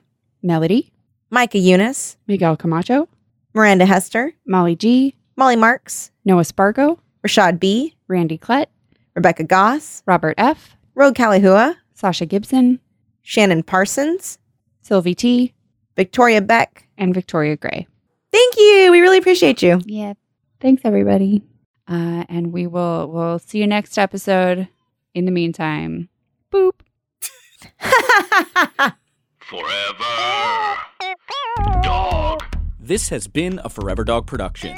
Melody, Micah Eunice, Miguel Camacho, Miranda Hester, Molly G., Molly Marks, Noah Spargo, Rashad B, Randy Klett, Rebecca Goss, Robert F., Rogue Kalihua, Sasha Gibson, Shannon Parsons, Sylvie T., Victoria Beck. and Victoria Gray. Thank you. We really appreciate you. *laughs* Yeah. Thanks everybody. Uh, and we will we'll see you next episode. In the meantime, boop. Forever. Dog. This has been a Forever Dog production.